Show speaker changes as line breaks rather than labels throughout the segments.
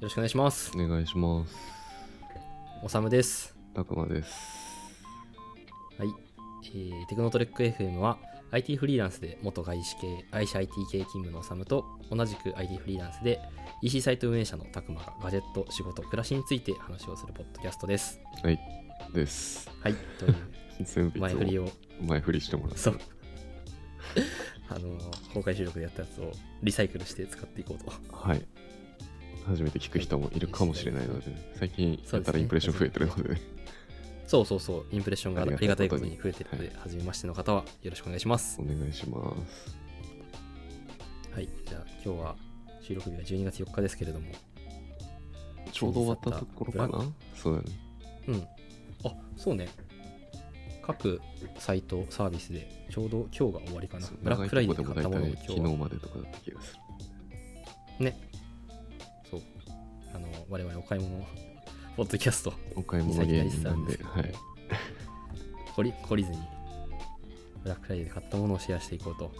ろしくお願いします
お願いします。
おさむです
たくまです。
はい、えーテクノトレック FM は IT フリーランスで元外資系外資 IT 系勤務のおさむと同じく IT フリーランスで EC サイト運営者のたくまがガジェット仕事暮らしについて話をするポッドキャストです
はい。です。
はいという
全部いつも
前振 りを
前振りしてもらって
そうあのー公開収録でやったやつをリサイクルして使っていこうと
はい。初めて聞く人もいるかもしれないので、最近やったらインプレッション増えてるので、
そうそうそうインプレッションがあり
あり
がた
がた
い
い
こ
ことと
に
に
増えてるので初めましての方はよろしくお願いします
お願いします。
はい、じゃあ今日は収録日が12月4日ですけれども、
ちょうど終わったところか
ブラ
なそうだね。
うん。あ、そうね。各サイト、サービスで、ちょうど今日が終わりかな
そう。
ブラックフライデーで買
長
っ
い
た
とこ
ものを今日は
でも大体昨日までとかだった気がする。
ね。そう。あの、我々お買い物、ポッドキャスト、
お買い物芸人なんで、
リサ
はい。
懲り懲りずに、ブラックフライデーで買ったものをシェアしていこうと
はい。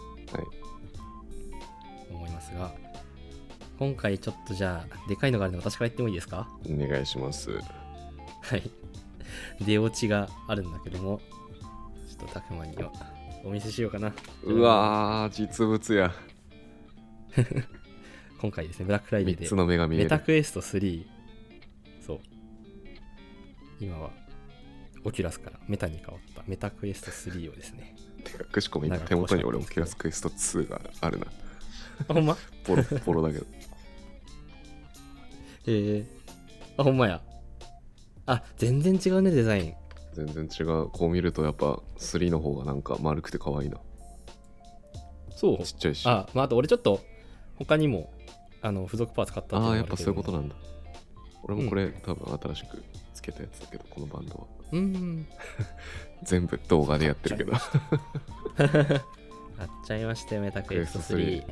思いますが、今回ちょっとじゃあ、でかいのがあるので私から言ってもいいですか
お願いします。
はい。出落ちがあるんだけども、ちょっとたくまにはお見せしようかな。
うわー、実物や。
今回ですね、ブラックフライデー
3
で
つ、の目が見え
メタ
る。
クエスト3、そう。今は、オキュラスからメタに変わったメタクエスト3をですね。
てか、くしこも今手元に俺もキュラスクエスト2があるな。
あ、ほんま
ポロポロだけど。
へえ。あ、ほんまや。あ、全然違うね、デザイン。
全然違うこう見るとやっぱ3の方がなんか丸くて可愛いな
そう
ちっちゃいし
あ、
あ
まあ、あと俺ちょっと、他にも、あの、付属パーツ買った
あ
のも
ー
る
やっ
け
ぱ
ど
そういうことなんだ俺もこれ、多分新しくつけたやつだけどこのバンドは
うん。
全部動画でやってるけど
買っちゃいましたよ、メタクエスト3。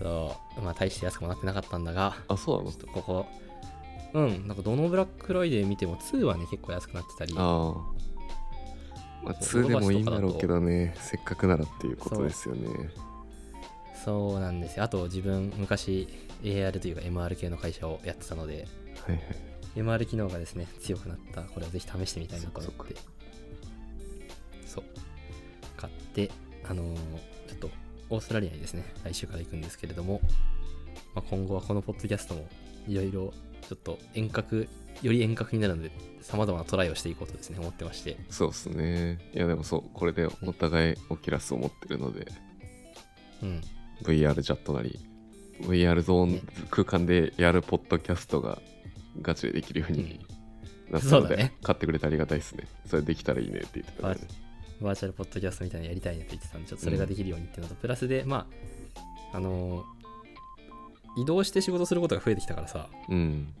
そう、まあ大して安くもなってなかったんだが、
あそうな
ちょ
の
っとここ、うん、なんかどのブラックフライデー見ても2はね、結構安くなってたり、
ああまあ
そう
2でもいいんだろうけどねせっかくならっていうことですよね
そうなんですよ。あと自分、昔 AR というか MR 系の会社をやってたので、
はいはい
MR 機能がですね、強くなった、これをぜひ試してみたいなと思
そっか
って、そう、買って、あのーちょっとオーストラリアにですね、来週から行くんですけれども、まあ、今後はこのポッドキャストもいろいろちょっと遠隔、より遠隔になるので、さまざまなトライをしていこうとですね、思ってまして、
そうっすねいやでもそうこれでお互いオキュラスを持ってるので
うん、
VR チャットなり VR ゾーン
ね
空間でやるポッドキャストがガチでできるようになった
そ
の
うだ
で、
ね
買ってくれてありがたいですねそれできたらいいねって言ってたからね
バーチャルポッドキャストみたいなのやりたいねって言ってたんで、ちょっとそれができるようにっていうのと、プラスで、まあ、あのー移動して仕事することが増えてきたからさ、
うん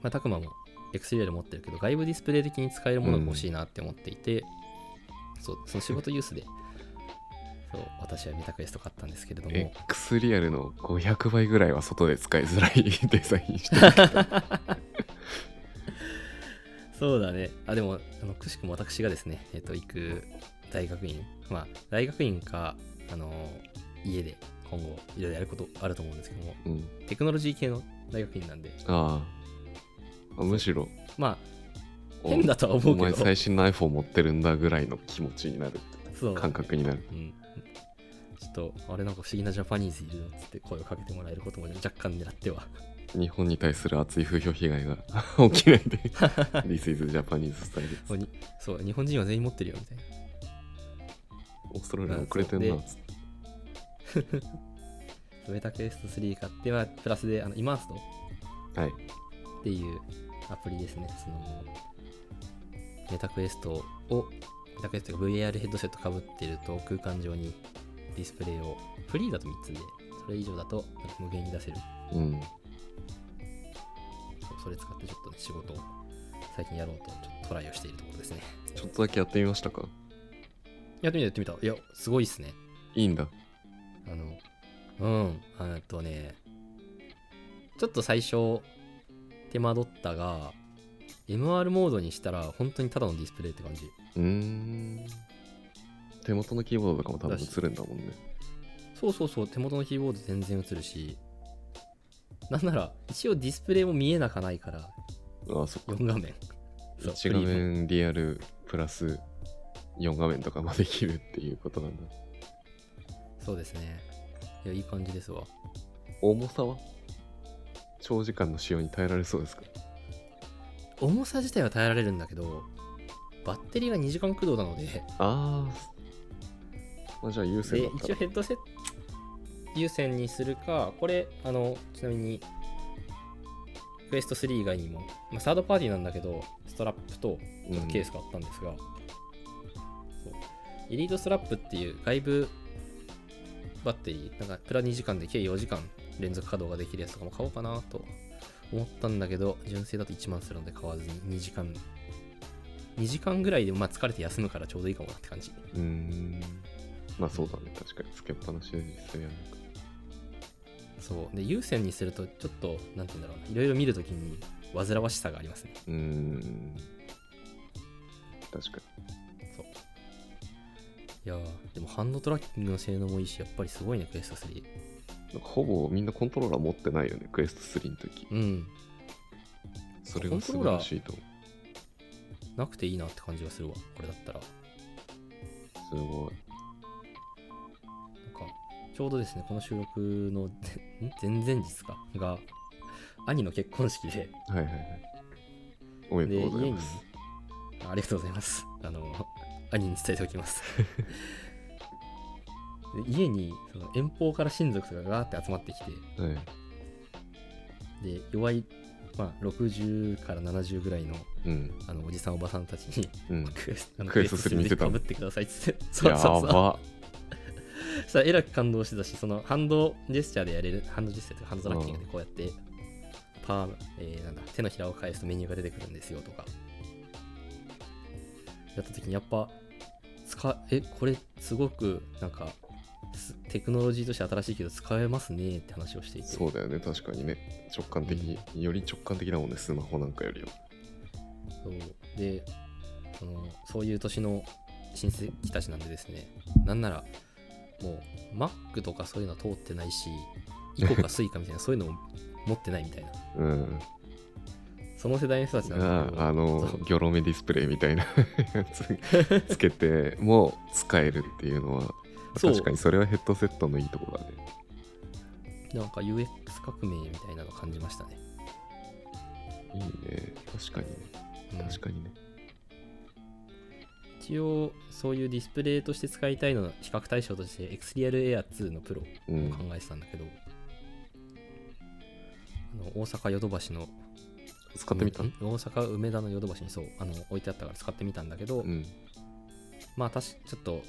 まあ、タクマも XUL 持ってるけど外部ディスプレイ的に使えるものが欲しいなって思っていて、そうその仕事ユースでそう私はメタクエスト買ったんですけれども
X リアルの500倍ぐらいは外で使いづらい デザインして るけど
そうだねあでもあのくしくも私がですね、えっと行く大学院まあ大学院かあの家で今後いろいろやることあると思うんですけども
うん、
テクノロジー系の大学院なんで
あああむしろ
まあ
お
変だとは思う
お
け
前
ど
最新の iPhone 持ってるんだぐらいの気持ちになる
そう
感覚になる
うん、ちょっとあれなんか不思議なジャパニーズいるよっつって声をかけてもらえることも若干狙って は
日本に対する熱い風評被害が 起きない で This is Japanese スタイル
そうにそう日本人は全員持ってるよみたいな
オーストラリア遅れてんな
でそうメタクエスト3買ってはプラスであのイマースト
は
っ
い
ていうアプリですねそのメタクエストをメタクエストが VR ヘッドセットかぶってると空間上にディスプレイをフリーだと3つでそれ以上だと無限に出せる
うん
そうそれ使ってちょっとね仕事を最近やろうとちょっとトライをしているところですね
ちょっとだけやってみましたか
やってみたやってみたいやすごいっすね
いいんだ
あの、うん、あとね、ちょっと最初、手間取ったが、MR モードにしたら、本当にただのディスプレイって感じ。
うーん手元のキーボードとかも多分映るんだもんね
そうそうそう、手元のキーボード全然映るし、なんなら、一応ディスプレイも見えなかないから、
ああ、そっか。
4画面。そう
1画
フリーの
面リアルプラス4画面とかまでできるっていうことなんだ。
そうですね。いや、いい感じですわ。
重さは長時間の使用に耐えられそうですか
重さ自体は耐えられるんだけど、バッテリーが2時間駆動なので、
ああ。まあ、じゃあ優
で
先だった
一応
ら。
ヘッドセット優先にするかこれあのちなみにクエスト3以外にも、まあ、サードパーティーなんだけどストラップとちょっとケースがあったんですが、そうエリートストラップっていう外部バッテリーなんかプラ2時間で計4時間連続稼働ができるやつとかも買おうかなと思ったんだけど純正だと1万するので買わずに2時間2時間ぐらいでまあ疲れて休むからちょうどいいかもなって感じ
うーん。まあそうだね。確かにつけっぱなしで実際やるか。
そうで有線にするとちょっとなんて言うんだろうないろいろ見るときに煩わしさがありますね
うーん。確か
そういやーでもハンドトラッキングの性能もいいしやっぱりすごいねクエスト3
に。なんかほぼみんなコントローラー持ってないよね。クエスト3の時。
うん
それが素晴らしいと思う。
なくていいなって感じがするわこれだったらなん
すごい。
かちょうどですねこの収録の ん前々日かが兄の結婚式で
はいはいはい。おめでとうございます。
あありがとうございます。あの、兄に伝えておきます。 で家にその遠方から親族とかがガーって集まってきて、
はい。
で、弱い、まあ、60から70ぐらいの
うん。
あのおじさん、おばさんたち に、
うん。
クエスあの
クエスト3見てた
かぶってくださいっつって、そう
や
そうそう。
ば。
そしたら、えらく感動してたし、そのハンドジェスチャーでやれる、ハンドジェスチャーとかハンドトラッキングでこうやって、パー、えーなんだ、手のひらを返すとメニューが出てくるんですよとか、やった時にやっぱ、使え、これすごく、なんか、すテクノロジーとして新しいけど使えますねって話をしていて、
そうだよね。確かにね。直感的に、より直感的だもんね。スマホなんかよりは。
そうでそのそういう年の親戚たちなんでですねなんならもう Mac とかそういうのは通ってないしイコかスイカみた いなそういうのも持ってないみたいな
うん。
その世代の人たちなんだ
あ
けど
ああの
そう、
ギョロ目ディスプレイみたいな や つつけて、もう使えるっていうのは、
そう
確かにそれはヘッドセットのいいとこだね。
なんか UX 革命みたいなの感じましたね、
いいね。確かにね。
うん
確かにね。
一応そういうディスプレイとして使いたいのは比較対象として XReal Air2 のプロ
う
を
ん。
考えてたんだけど、あの大阪ヨドバシの
使ってみた
うん大阪梅田のヨドバシにそうあの置いてあったから使ってみたんだけど、
うん。
まあ確かちょっと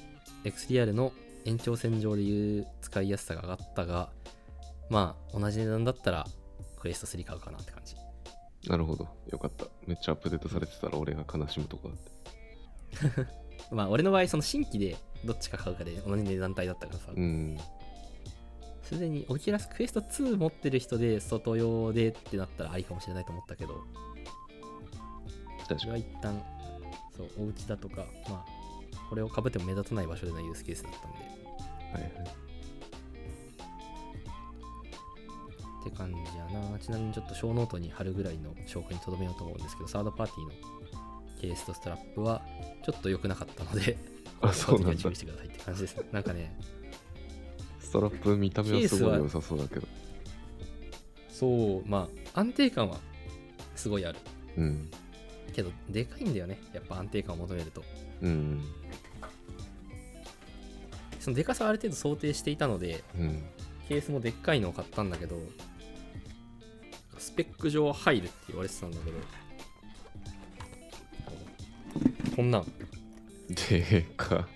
XDR の延長線上でいう使いやすさが上がったがまあ同じ値段だったらクエスト3買うかなって感じ
なるほど。よかった。めっちゃアップデートされてたら俺が悲しむとこだって。
まあ俺の場合その新規でどっちか買うかで同じ値段帯だったからさ
うん。
すで、にオキュラスクエスト2持ってる人で外用でってなったらありかもしれないと思ったけど
確
そ
か
れ
に。
は一旦そうお家だとかまあこれを被っても目立たない場所でのユースケースだったんで
はいはい。
って感じやなちなみにちょっと小ノートに貼るぐらいの証拠にとどめようと思うんですけどサードパーティーのケースとストラップはちょっと良くなかったので
あそう
こ
な
の
ん
時は注
だ
意してくださいって感じですなんかね
ストラップ見た目はすごい良さそうだけど。
そうまあ安定感はすごいある
うん。
けどでかいんだよねやっぱ安定感を求めると
うん。
そのでかさはある程度想定していたので
うん。
ケースもでっかいのを買ったんだけどスペック上は入るって言われてたんだけどこんなん
でか。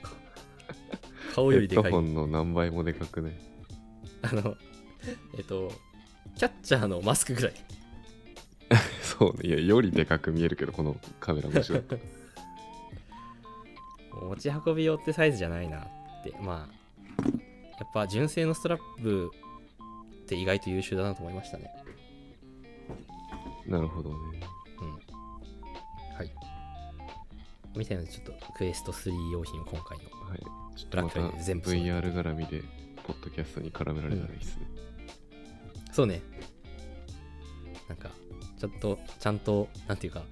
顔
ヘ
よりで
ッ
か
ド
い
ホンの何倍もでかくね。
あの、えっと、キャッチャーのマスクぐらい。
そうね。いや、よりでかく見えるけど、このカメラ越 しだと。
持ち運び用ってサイズじゃないなって。まあ、やっぱ純正のストラップって意外と優秀だなと思いましたね。
なるほどね。
うん。はい。みたいなのでちょっとクエスト3用品を今回の。
はい。ちょっ
ブ
と
ラッ
ま
クフ
た
ライデー全部そう
VR 絡みで、ポッドキャストに絡められたらいいですね。
そうね。ちょっとちゃんとなんていうか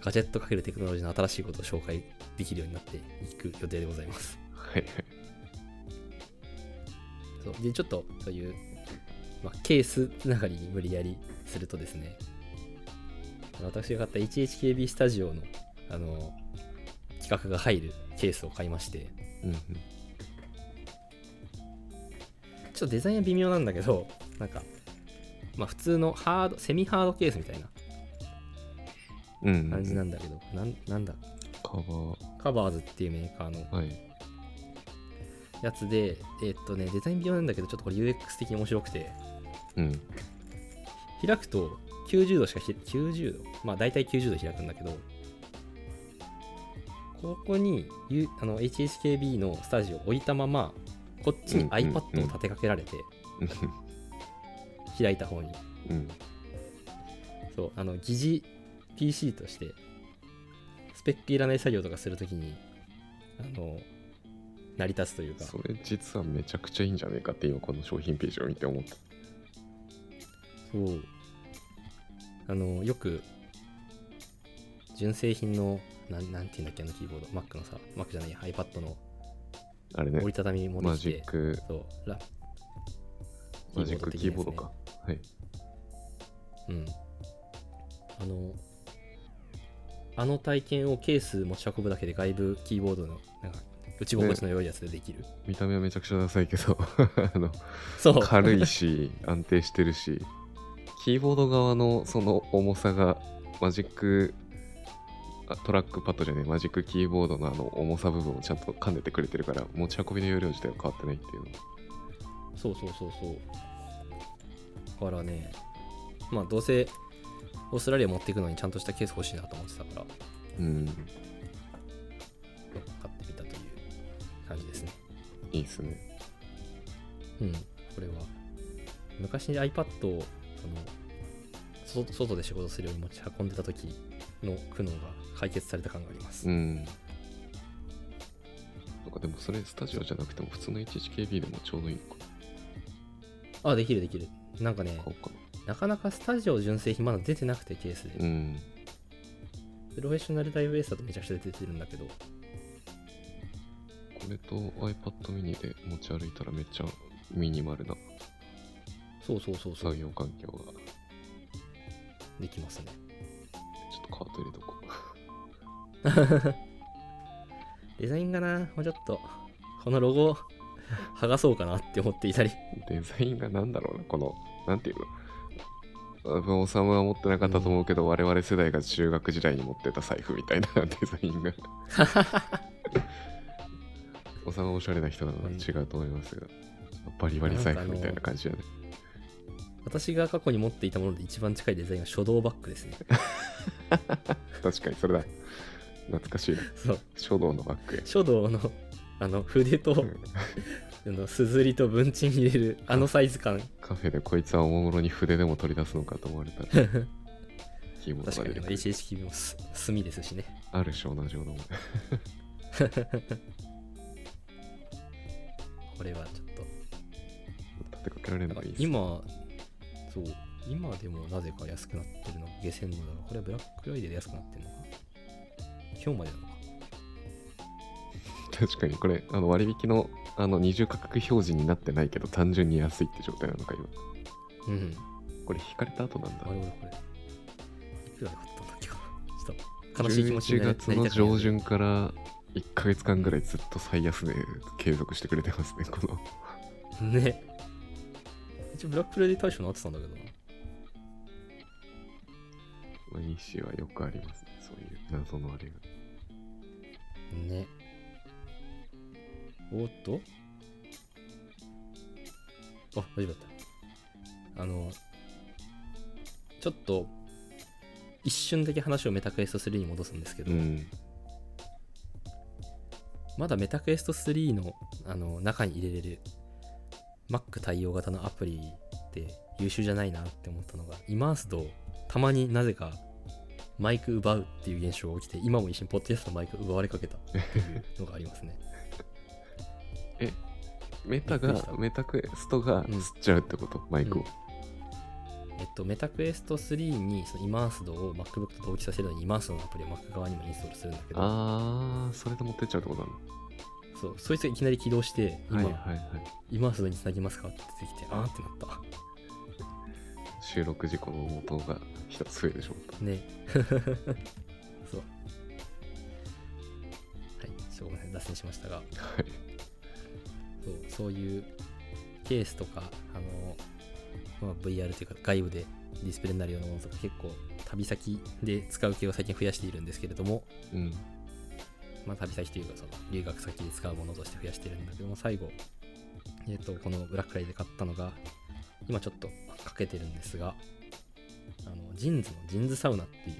ガジェットかけるテクノロジーの新しいことを紹介できるようになっていく予定でございます
はいはい。
そうでちょっとそういう、まあ、ケースつながりに無理やりするとですね私が買った 1HKB スタジオのあの企画が入るケースを買いまして
うんうん。
ちょっとデザインは微妙なんだけどなんかまあ普通のハードセミハードケースみたいな
うんうんうん
感じなんだけど、なんなんだ
カバー。
カバーズっていうメーカーの
はい。
やつでえっとねデザイン微妙なんだけどちょっとこれ UX 的に面白くて
うん。
開くと90度しかひ90度まあ大体90度開くんだけどここに、U、あの HHKB のスタジオを置いたままこっちに
うんうんうん
iPad を立てかけられて、開いた方に
うん。
そうあの疑似 PC としてスペックいらない作業とかするときにあの成り立つというか
それ実はめちゃくちゃいいんじゃねえかって今この商品ページを見て思った。
そうあのよく純正品のなんなんていうんだっけあのキーボード Mac のさ Mac じゃない iPad の
あれね
折り。たたみも
マ
でき
ジ
て
ック、
そうラ
マジックキーボードか。はい。
うんあのあの体験をケース持ち運ぶだけで外部キーボードのなんか打ち心地の良いやつでで きる、
見た目はめちゃくちゃダサいけど、 あの、
そう
軽いし、安定してるし、キーボード側のその重さが、マジック、あトラックパッドじゃねえ、マジックキーボードのあの重さ部分をちゃんと噛んでてくれてるから、持ち運びの容量自体は変わってないっていうの。
そうそうそうそうだからねまあどうせオーストラリア持っていくのにちゃんとしたケース欲しいなと思ってたから
うん、
買ってみたという感じですね
いいっすね。
うんこれは昔 iPad をその外外で仕事するように持ち運んでた時の苦悩が解決された感があります、
うん。なんかでもそれスタジオじゃなくても普通の HHKB でもちょうどいいか
あできるできるなんかね
買おうか
なかなかスタジオ純正品まだ出てなくてケースで、
な。うん。
プロフェッショナルダイブエースだとめちゃくちゃ出てるんだけど
これと iPad mini で持ち歩いたらめっちゃミニマルな
そうそうそうそう
作業環境が
できますね
ちょっとカート入れとこ
デザインがな、もうちょっと、このロゴ、 剥がそうかなって思っていたり。
うデザインがなんだろうなこのなんていうの多分おさむは持ってなかったと思うけど、我々世代が中学時代に持ってた財布みたいなデザインがおさむはおしゃれな人なので違うと思いますがバリバリ財布みたいな感じだね
私が過去に持っていたもので一番近いデザインは書道バッグですね。
確かにそれだ懐かしいな
そう。
書道のバッグや
書道の、あの、筆と、
うん
あの、すずりと文鎮入れる、あのサイズ感。
カフェでこいつはおもむろに筆でも取り出すのかと思われたらキーボ
確かに、
ードが出て
あ
く
の
る
HHKB もす墨ですしね。
あるし同じようなもん
これはちょっと。
立てかけられるのがいいっす
今、そう、今でもなぜか安くなってるの下船のだが、これはブラックフライデーで安くなってるのか今日までなのか
確かにこれあの割引のあの二重価格表示になってないけど単純に安いって状態なのか今
うん。
これ引かれた後なんだ
あれ俺これいくらで買ったんだっけかなちょっと悲しい気持ちにな
11
り
月の
なりたくない
上旬から1ヶ月間ぐらいずっと最安値継続してくれてますねこの
ね一応ブラックフライデー対象になってたんだけどな
まあ西はよくありますねそういう謎のあれが
ねおーっとあ大丈夫だったあのちょっと一瞬だけ話をメタクエスト3に戻すんですけど、
うん
まだメタクエスト3のあの中に入れれる Mac 対応型のアプリって優秀じゃないなって思ったのが、イマースとたまになぜかマイク奪うっていう現象が起きて、今も一緒にポッドキャストのマイク奪われかけたっていうのがありますね。
メタ
びっくりし
が
た
メタクエストが
うん
吸っちゃうってこと、マイクを、
うんえっと、メタクエスト3にそのイマースドを MacBook と同期させるのにイマースドのアプリを Mac 側にもインストールするんだけど
あー、それで持ってっちゃうってことなの
そうそいつがいきなり起動して今、
はいはいはい。
イマースドにつなぎますかって出てきてあーってなっ
収録事故の元が一つ増えてしまった。
たね そうはいちょっとごめんなさい脱線しましたが
はい。
そうそういうケースとかあの、まあ、VR というか外部でディスプレイになるようなものとか結構旅先で使う系を最近増やしているんですけれども、
うん。
まあ、旅先というかその留学先で使うものとして増やしてるんだけども最後、えっとこのブラックライで買ったのが今ちょっとかけてるんですがあのジンズのジンズサウナっていう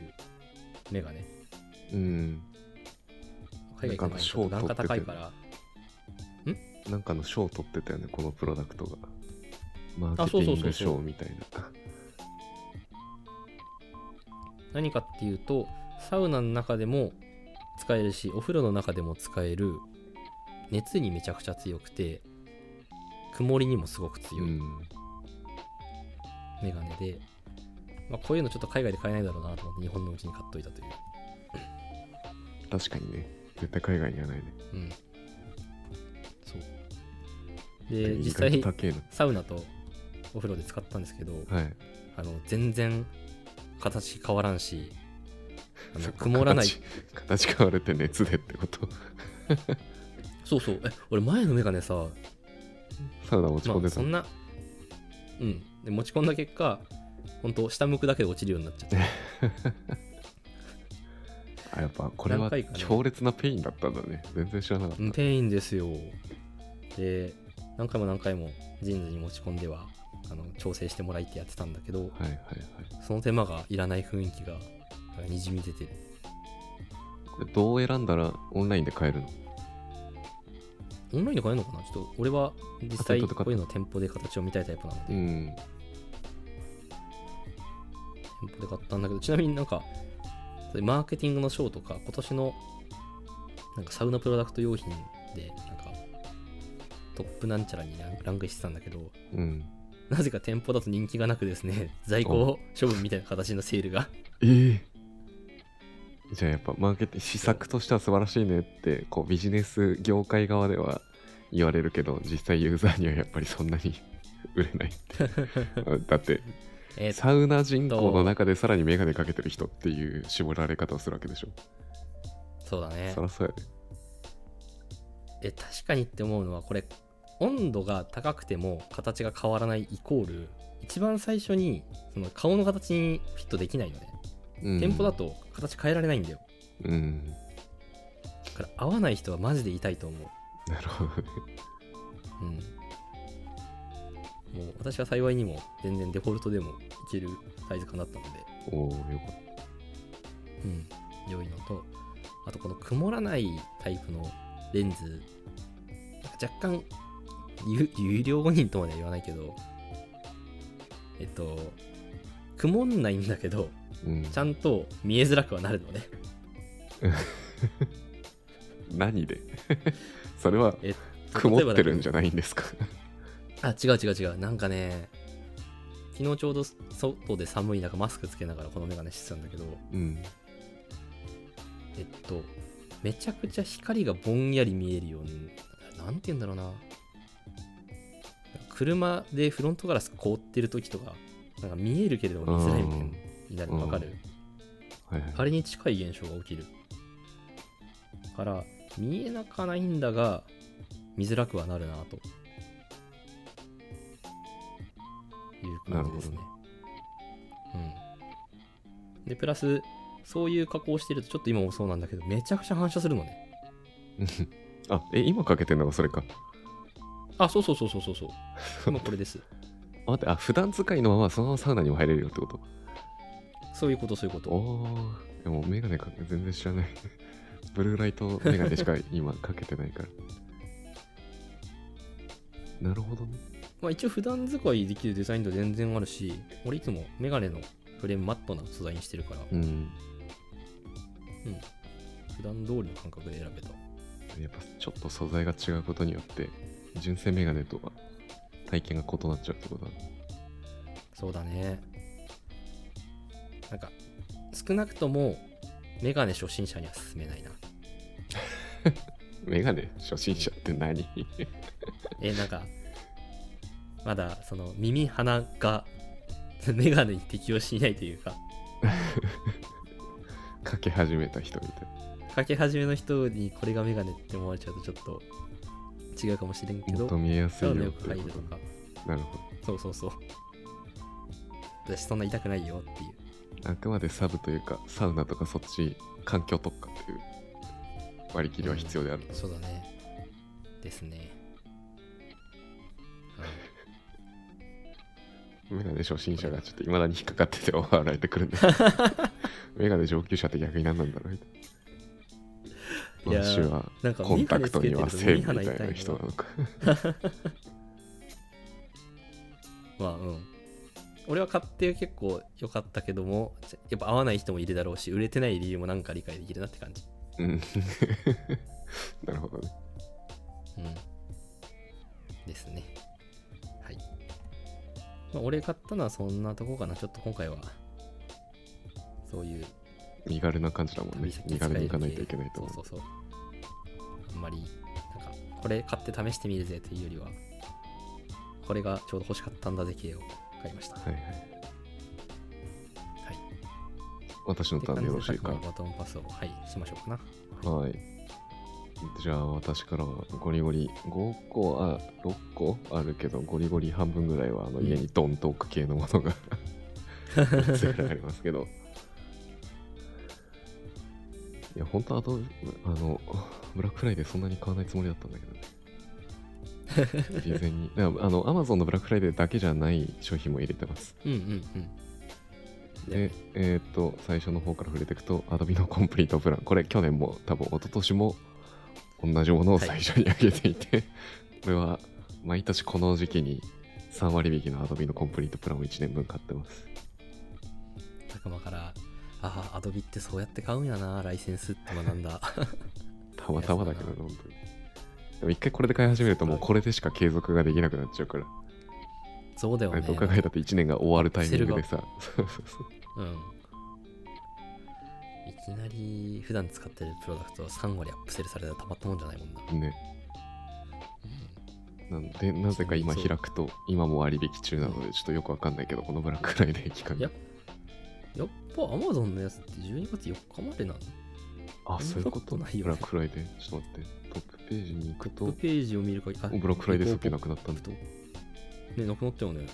メガネ
うん。
海外行く前にちょっと
なん
単価
か賞取ってて
高いから
なんかの賞取ってたよね、このプロダクトが。マー
あ
ケテ
そうそう
ィン
そう
グ
そう
賞みたいな。
何かっていうとサウナの中でも使えるしお風呂の中でも使える熱にめちゃくちゃ強くて曇りにもすごく
う
強い
ん。
メガネで、まあ、こういうのちょっと海外で買えないだろうなと思って日本のうちに買っといたという、
確かにね。絶対海外にはないね。
うん、そうで
でも意
実
外
際
と高えな。
サウナとお風呂で使ったんですけど、
はい。
あの全然形変わらんしあの
そっか
曇らない
形形変われて熱でってこと。
そうそうえ俺前のメガネさ
サウナ持ち込ん
まあ
でた
そ
の。
んなうんで持ち込んだ結果本当下向くだけで落ちるようになっちゃって
あ、やっぱこれは
何回かね
強烈なペインだったんだね。全然知らなかった。
うんペインですよで何回も何回もジーンズに持ち込んではあの調整してもらいってやってたんだけど
はいはいはい。
その手間がいらない雰囲気がなんかにじみ出てる
これどう選んだらオンラインで買えるの
オンラインで買えるのかなちょっと俺は実際
あ店頭
こ
で買った
ういうの店舗で形を見たいタイプなので、
うん。
店舗で買ったんだけどちなみになんかそういうマーケティングの賞とか今年のなんかサウナプロダクト用品でなんかトップなんちゃらにランランクインしてたんだけど
うん。
なぜか店舗だと人気がなくですね在庫処分みたいな形のセールが
ええじゃあやっぱマーケティング施策としては素晴らしいねってこうビジネス業界側では言われるけど実際ユーザーにはやっぱりそんなに 売れな いってだって
えー
サウナ人口の中でさらにメガネかけてる人っていう絞られ方をするわけでしょ
そうだね
そらそうやね
え確かにって思うのはこれ温度が高くても形が変わらないイコール一番最初にその顔の形にフィットできないので、
うん
店舗だと形変えられないんだよ
うん
だから合わない人はマジで痛いと思う
なるほどね
うん、もう私は幸いにも全然デフォルトでもいけるサイズ感だったので、
おおよかっ
うん、良いのとあとこの曇らないタイプのレンズなんか若干有有料誤認とまでは言わないけどえっと曇んないんだけど
た、うん、
ちゃんと見えづらくはなるのね
何で それは
えっと
曇ってるん
例えばだけど
じゃないんですか
あ違う違う違うなんかね昨日ちょうど外で寒い中マスクつけながらこのメガネしてたんだけど
うん
えっと、めちゃくちゃ光がぼんやり見えるように、なんて言うんだろうな。車でフロントガラス凍ってる時とか、なんか見えるけれども見づらいみたい
うん
になるわかる、
はい はい
あれに近い現象が起きる。だから、見えなかないんだが、見づらくはなるなと。いう感じですね。うん。で、プラス、そういう加工してると、ちょっと今もそうなんだけど、めちゃくちゃ反射するのね。
あえ今かけてんのがそれか
あ、そうそうそうそうそうそう。今これです。
あ待ってあ普段使いのままそのままサウナにも入れるよってこと
そういうこと、そういうこと。
おーでもメガネかけ全然知らない ブルーライトメガネしか今かけてないからなるほどね
まあ一応普段使いできるデザインと全然あるし、俺いつもメガネのフレームマットな素材にしてるから、
うん
普段通りの感覚で選べた。
やっぱちょっと素材が違うことによって純正メガネとは体験が異なっちゃうってことだね
そうだね。なんか少なくともメガネ初心者には勧めないな
メガネ初心者って何
えなんかまだその耳鼻がメガネに適応していないというか
かけ始めた人みたい。
かけ始めの人にこれがメガネって思われちゃうとちょっと違うかもしれんけ
も
ど
っと見えやすい
そうね
よ
よ
っ
く
て
入
いう
る
ことと。
か
なるほ
そうそうそう私そんな痛くないよっていう
ど。あくまでサブというか、サウナとかそっち、環境特化っていう割り切りは必要である。
そうだねですねはい
メガネ初心者がちょっと未だに引っかかってて笑われてく るんで。メガネ上級者って逆に何なんだろうみたい
いや
な。
ー
私は
なんか
コンタクトには
セ
セ
ー
ーフ
フ
みたいな人なのか。
まあうん俺は買って結構良かったけどもやっぱ合わない人もいるだろうし売れてない理由もなんか理解できるなって感じ
うん なるほどね。
うんですねはい、まあ、俺買ったのはそんなとこかなちょっと今回はそういう
身軽な感じだもん
旅
ね
先。で
身
使え
軽
る
に
系
行かないといけないと
そう
思
そうう。そうあんまりなんかこれ買って試してみるぜというよりはこれがちょうど欲しかったんだぜ系を買いました
はいはい。私の
って
ター
感
ンで
じで
よろし
さっ
い
き
か
の。バトンパスを、はい、しましょうかな。
はい。じゃあ私からはゴリゴリ5個あ6個あるけどゴリゴリ半分ぐらいはあの
うん
家にドンと置く系のも のが 3つぐらいありますけどいや本当はどうあのブラックフライデーそんなに買わないつもりだったんだけど ね事前にだからあの Amazon のブラックフライデーだけじゃない商品も入れてます
うんうんうん。
で、えーっと、最初の方から触れていくと、Adobe のコンプリートプラン。これ、去年も多分、一昨年も同じものを最初に上げていて、 これは毎年この時期に3割引きの Adobe のコンプリートプランを1年分買ってます。
たくまから、ああ、アドビってそうやって買うんやな、ライセンスって学んだ。
たまたまだけどね、本当に。でも一回これで買い始めると、もうこれでしか継続ができなくなっちゃうから、
そうだよね。
どう考えたって1年が終わるタイミングでさ、そうそうそう
うん。いきなり普段使ってるプロダクトを3割アップセルされたらたまったもんじゃないもんな。
ね。なんで、なぜか今開くと、今も割引中なので、ちょっとよくわかんないけど、このブラックフライデー期間
いややっぱ Amazon のやつって12月4日までなの
あ、
そんな
そういうこと
ことないよね
ブラックフライデー。ちょっと待って。トップページに行く
トップ、
と
ページを見る限り、あ
おブラックフライデー先な
く
くなったんだ。
ね、なくなったよね。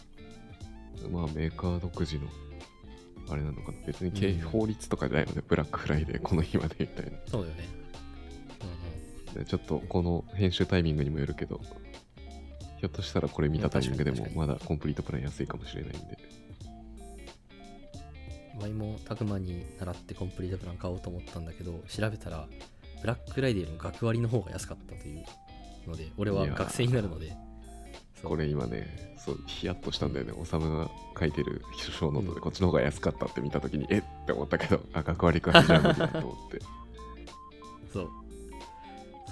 まあ、メーカー独自の、あれなのかな。別に経費法律とかじゃないので、ブラックフライデー、この日までみたい
そうだよね。
な。でちょっと、この編集タイミングにもよるけど、ひょっとしたらこれ見たタイミングで
うん
も
確、か
まだコンプリートプラン安いかもしれないんで。
うんうん。ワイもたくまに習ってコンプリートプラン買おうと思ったんだけど、調べたら、ブラックフライデーの学割の方が安かったというので、俺はい
やー
学生になるので、そう
これ今ね、そう、ヒヤッとしたんだよね。おさむが書いてる秘書ノートで、こっちの方が安かったって見たときに、えっって思ったけど、あ、学割からじゃ無理だと思って。
そう。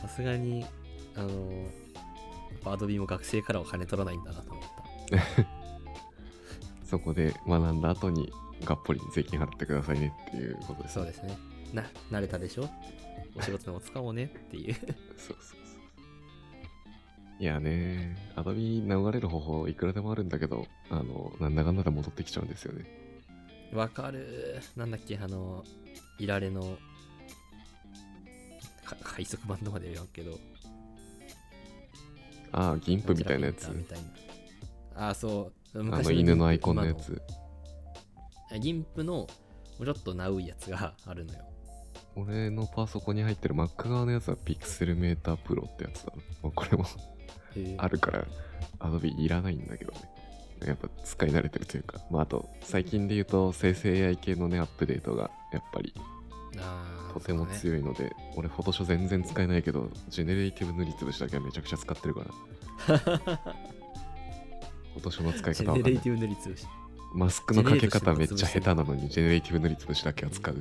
さすがに、あのー、アドビも学生からは金取らないんだなと思った。
そこで学んだ後にがっぽり税金払ってくださいねっていうことです、
そうですね。な、慣れたでしょお仕事でも使おうねっていう。
そうそうそういやね、アドビ流れる方法いくらでもあるんだけど、あの、なんだかんだで戻ってきちゃうんですよね。
わかるー。なんだっけ、あの、いられの、か海賊版とまで言わんけど、
ああ、ギンプみたいなや
ん。ち
つ
らピンターみたいなあー、そう。
あ
昔
の犬のアイコンのや。つ。
今ギンプの、もうちょっとナウいやつがあるのよ。
俺のパソコンに入ってる Mac 側のやつは Pixel Meter Pro ってやつだな。まあこれも
へー
あるから、アドビいらないんだけどね。やっぱ使い慣れてるというか、まああと最近で言うと生成 AI 系のね、アップデートがやっぱり
あー
とても
そうだね
強いので、俺フォトショー全然使えないけどジェネレイティブ塗りつぶしだけはめちゃくちゃ使ってるか らフォトショーの使い
ジ
方
ェ
わ
ネ
かんな
レ
い
イティブ塗りつぶし。
マスクのかけ方めっちゃ下手なのにジェネレイティブ塗りつぶしだけは使う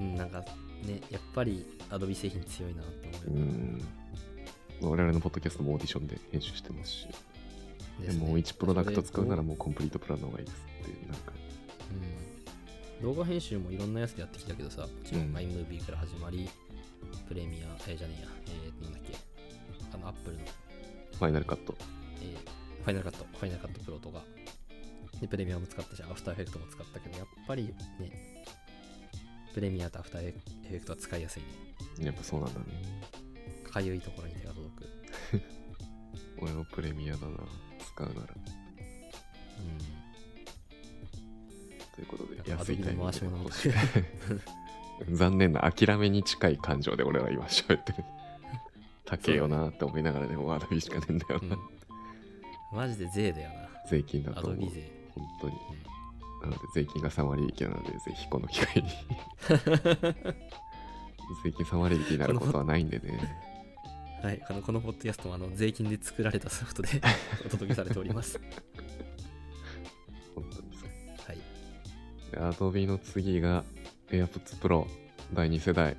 うん、なんかね、やっぱりアドビ製品強いなって
う
思うよ。
ん我々のポッドキャストもオーディションで編集してますし
です、ね、
もう1プロダクト使うなら
それ
もうコンプリートプランの方がいいですってなんか
うん、動画編集もいろんなやつでやってきたけどさ、もちろ
うん
ん iMovie から始まり、プレミア、えーじゃねえや、えー、なんだっけ、あの、Apple の、
ファイナルカット
えーファイナルカット、ファイナルカットプロとか、で、プレミアも使ったし、アフターエフェクトも使ったけど、やっぱりね、プレミアとアフターエフェクトは使いやすいね。
やっぱそうなんだね
かゆいところに手が届く。
俺もプレミアだな使うなら
う
ということで
ん。ア
安
ド
い
ビ
タイ
の
ミン
回
グ
し
で
物も
欲しい残念な諦めに近い感情で俺は今喋っ てる高えよなって思いながらでもアドビしかねえんだよ
う
な、
ん。マジで税だよな。
税金だ
ア
と
ド
思
ビ
う
税。
本当に
うん
なので税金が3割引きなのでぜひこの機 会に税金3割引きになることはないんでね
はい、あのこのポッドキャストはあの税金で作られた ソフトでお届けされております。
本当にそう
はい、
で Adobe の次が AirPods Pro 第2世代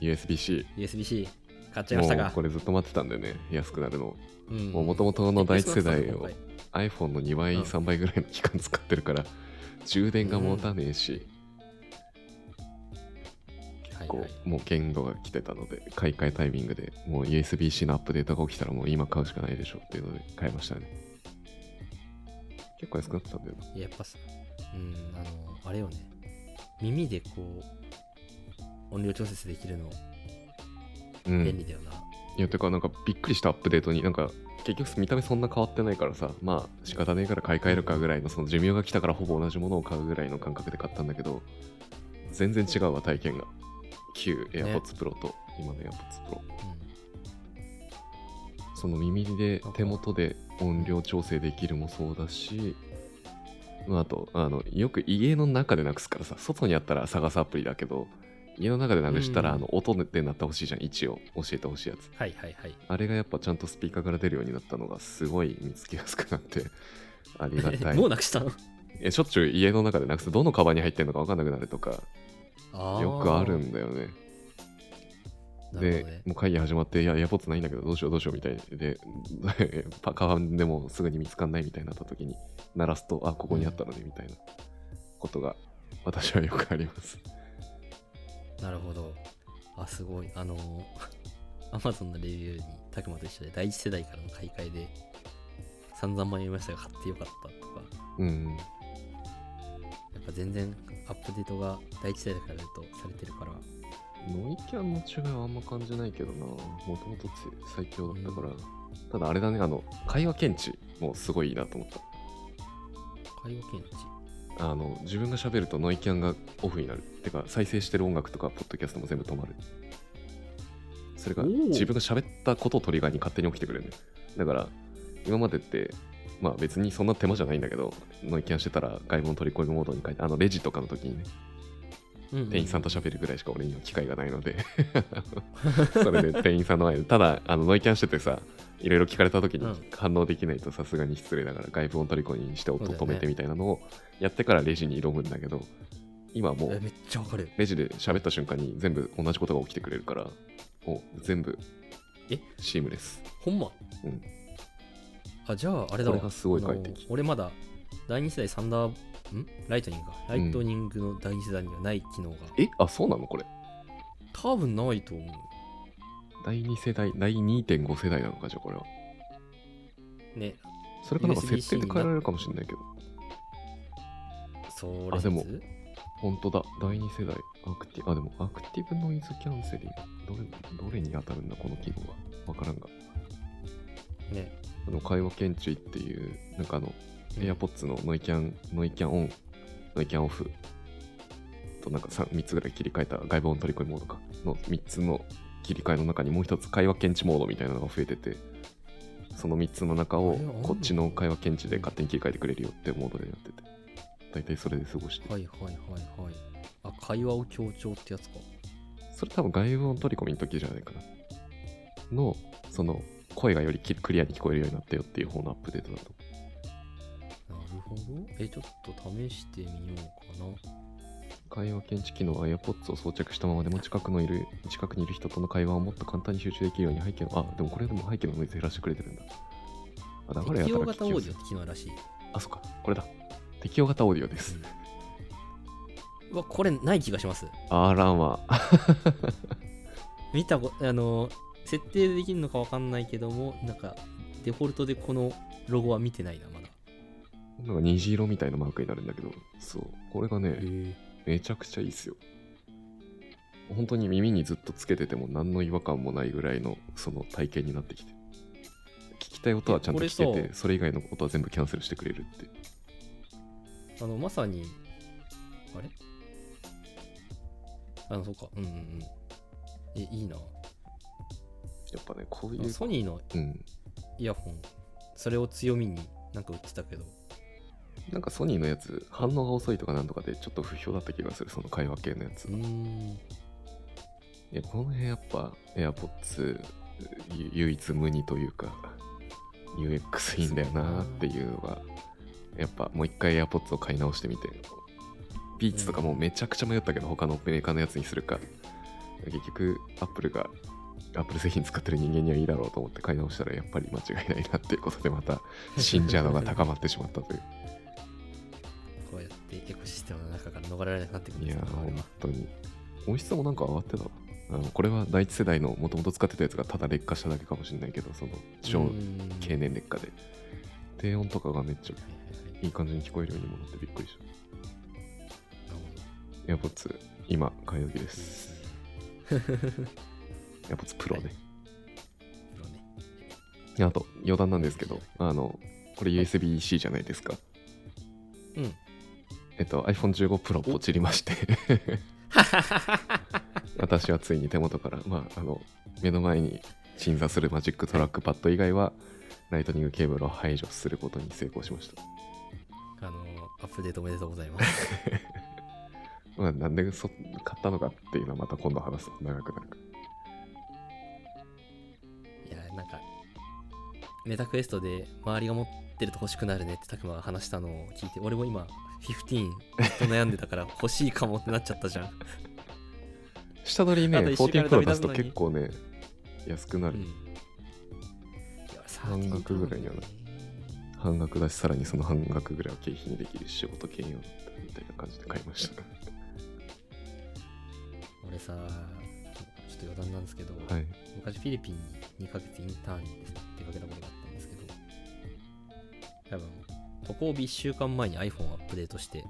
USB-C
USB-C 買っちゃいま
も
した
う
か
こ。れずっと待ってたんでね安くなるのを
うん
もともとの第一世代
え
を
え
iPhone の2倍、
うん
3倍ぐらいの期間使ってるから、充電が持たねえし、
はい
こ
はいう
もう限度が来てたので、買い替えタイミングで、もう USB-C のアップデートが起きたら、もう今買うしかないでしょっていうので、買いましたね。結構安くなってたんだよな。
いややっぱさ、うん、あの、あれよね、耳でこう、音量調節できるの
う
便
ん。
利だよな。
いや、てか、なんかびっくりしたアップデートに、なんか、結局見た目そんな変わってないからさ、まあ仕方ねえから買い替えるかぐらいの、その寿命が来たからほぼ同じものを買うぐらいの感覚で買ったんだけど、全然違うわ、体験が。旧 AirPods Pro と今の AirPods Pro。その耳で手元で音量調整できるもそうだし、まあ、あとあのよく家の中でなくすからさ外にあったら探すアプリだけど家の中でなくしたら、
うん
あの音で鳴ってほしいじゃん一応教えてほしいやつ
うん、はいはいはい。
あれがやっぱちゃんとスピーカーから出るようになったのがすごい見つけやすくなって ありがたい
もうなくしたの
えしょっちゅう家の中でなくすどのカバンに入ってるのか分かんなくなるとか
あー
よくあるんだよね
なるほ
で
ど、ね。
もう会議始まって、いや、エアポッツないんだけど、どうしようどうしようみたいで、 パカバンでもすぐに見つかんないみたいになった時に、鳴らすと、あ、ここにあったのね、みたいなことが、私はよくあります。
なるほど。あ、すごい。あの ー、Amazon のレビューに、たくまと一緒で、第一世代からの買い替えで、散々迷いましたが、買ってよかったとか、
うん。
やっぱ全然アップデートが第一世代からだとされてるから、
ノイキャンの違いはあんま感じないけどな、もともと最強だったから、ただあれだね、あの、会話検知もすごいいいなと思った。
会話検知。
あの自分が喋るとノイキャンがオフになるてか再生してる音楽とかポッドキャストも全部止まるそれが
おー
自分が喋ったことをトリガーに勝手に起きてくれるねだから今までってまあ別にそんな手間じゃないんだけどノイキャンしてたら外文取り込みモードに変えてあのレジとかの時にね
うんうん
店員さんと喋るぐらいしか俺には機会がないので それで店員さんの前でただあのノイキャンしててさいろいろ聞かれた時
う
に
ん
反応できないとさすがに失礼だから外部音取り込みにして音
そうだよ
止
ね
めてみたいなのをやってからレジに挑むんだけど今も
え
う
めっちゃわかる。
レジで喋った瞬間に全部同じことが起きてくれるからもう全部
え
シームレス
ほんま。
うん
あ、じゃあ、あれだわ。
これがすごい快
あの
適
俺まだ、第二世代サンダー、んライトニングか。ライトニングの第二世代にはない機能が。
えあそうなのこれ
多分ないと思
第2世代第2.5世代なのかじゃあこれは
う。ね、
それかなんか
USB-C
設定で変えられるかもしれないけど
それ
あでも
説
本当だ、第2世代、アクティブ、あ、でも、アクティブノイズキャンセリング、どれ、どれに当たるんだ、この機能は。わからんが。
ね。
あの、会話検知っていう、なんかあの、
うん
AirPods のノイキャン、ノイキャンオン、ノイキャンオフ、となんか 3, 3つぐらい切り替えた外部音取り込みモードか、の3つの切り替えの中にもう1つ会話検知モードみたいなのが増えてて、その3つの中を
あれあんの
こっちの会話検知で勝手に切り替えてくれるよってモードでやってて、大体それで過ごしてる
はいはいはいはい。あ、会話を強調ってやつか。
それ多分外部音取り込みの時じゃないかな。の、その、声がよりきクリアに聞こえるようになったよっていう方のアップデートだと。
なるほど。え、ちょっと試してみようかな。
会話検知機能は AirPods を装着したままでも近くのいる、近くにいる人との会話をもっと簡単に集中できるように背景の、あ、でもこれでも背景のノイズ減らしてくれてるんだ。か流れや
適
た
用
ら聞
型オ
き
ーディオ
ま
っ
す
て機能らしい。
あ、そっか。これだ。適用型オーディオです。
うわ、これない気がします。
あらまあ。
見たこあの、設定できるのかわかんないけども、なんか、デフォルトでこのロゴは見てないな、まだ。
なんか虹色みたいなマークになるんだけど、そう。これがね、
え。
めちゃくちゃいいっすよ。本当に耳にずっとつけてても何の違和感もないぐらいのその体験になってきて。聞きたい音はちゃんと聞
こ
け
れ
て、それ以外の音は全部キャンセルしてくれるって。
あの、まさに、あれあの、そうか。うんうんうん。え、いいな。
やっぱね、こうい
あ
う。
ソニーの
うん。
イヤホン、それを強みになんか売ってたけど、
なんかソニーのやつ、反応が遅いとかなんとかでちょっと不評だった気がする、その会話系のやつ
う。ーん。
いや、この辺やっぱ AirPods ゆ唯一無二というか UX いいんだよなっていうのがやっぱもう一回 AirPods を買い直してみてビーチとかもうめちゃくちゃ迷ったけど他のメーカーのやつにするか結局 Apple が Apple 製品使ってる人間にはいいだろうと思って買い直したらやっぱり間違いないなっていうことでまた信者度が高まってしまったという
こうやってエコシステムの中から逃れられなくなってくるんで
いや
す
ー
ね、我々
本
は。
当に音質もなんか上がってたあのこれは第一世代のもともと使ってたやつがただ劣化しただけかもしれないけどその
う
超
ーん
経年劣化で低音とかがめっちゃ
はいはいはい
いい感じに聞こえるようにもなってびっくりした
なるほど
AirPods 今買い時で
いいですすね
AirPods Pro ね、
はいプロね。
いやあと余談なんですけどあのこれ USB-C じゃないですか
うん。
えっと iPhone15 Pro ポチりまして私はついに手元から、まあ、あの目の前に鎮座するマジックトラックパッド以外はライトニングケーブルを排除することに成功しました、
あのー、アップデートおめでとうございます。
まあ、なんでそ買ったのかっていうのはまた今度話すと長くなるか
いやー、なんか、メタクエストで周りが持ってると欲しくなるねってたくまが話したのを聞いて、俺も今、15ずっと悩んでたから 欲しいかもってなっちゃったじゃん。
ら下取りね
あと一週間で
14 Pro 出すと
旅立つのに
結構ね安くな
う
る、
ん。いや、
半額ぐらいにはなる半額だしさらにその半額ぐらいを経費にできるし仕事兼用だったみたいな感じで買いました
俺さ、ちょっと余談なんですけど、
はい
昔フィリピンに2ヶ月インターンに出かけたことがあったんですけど、多分、渡航日1週間前に iPhone をアップデートして、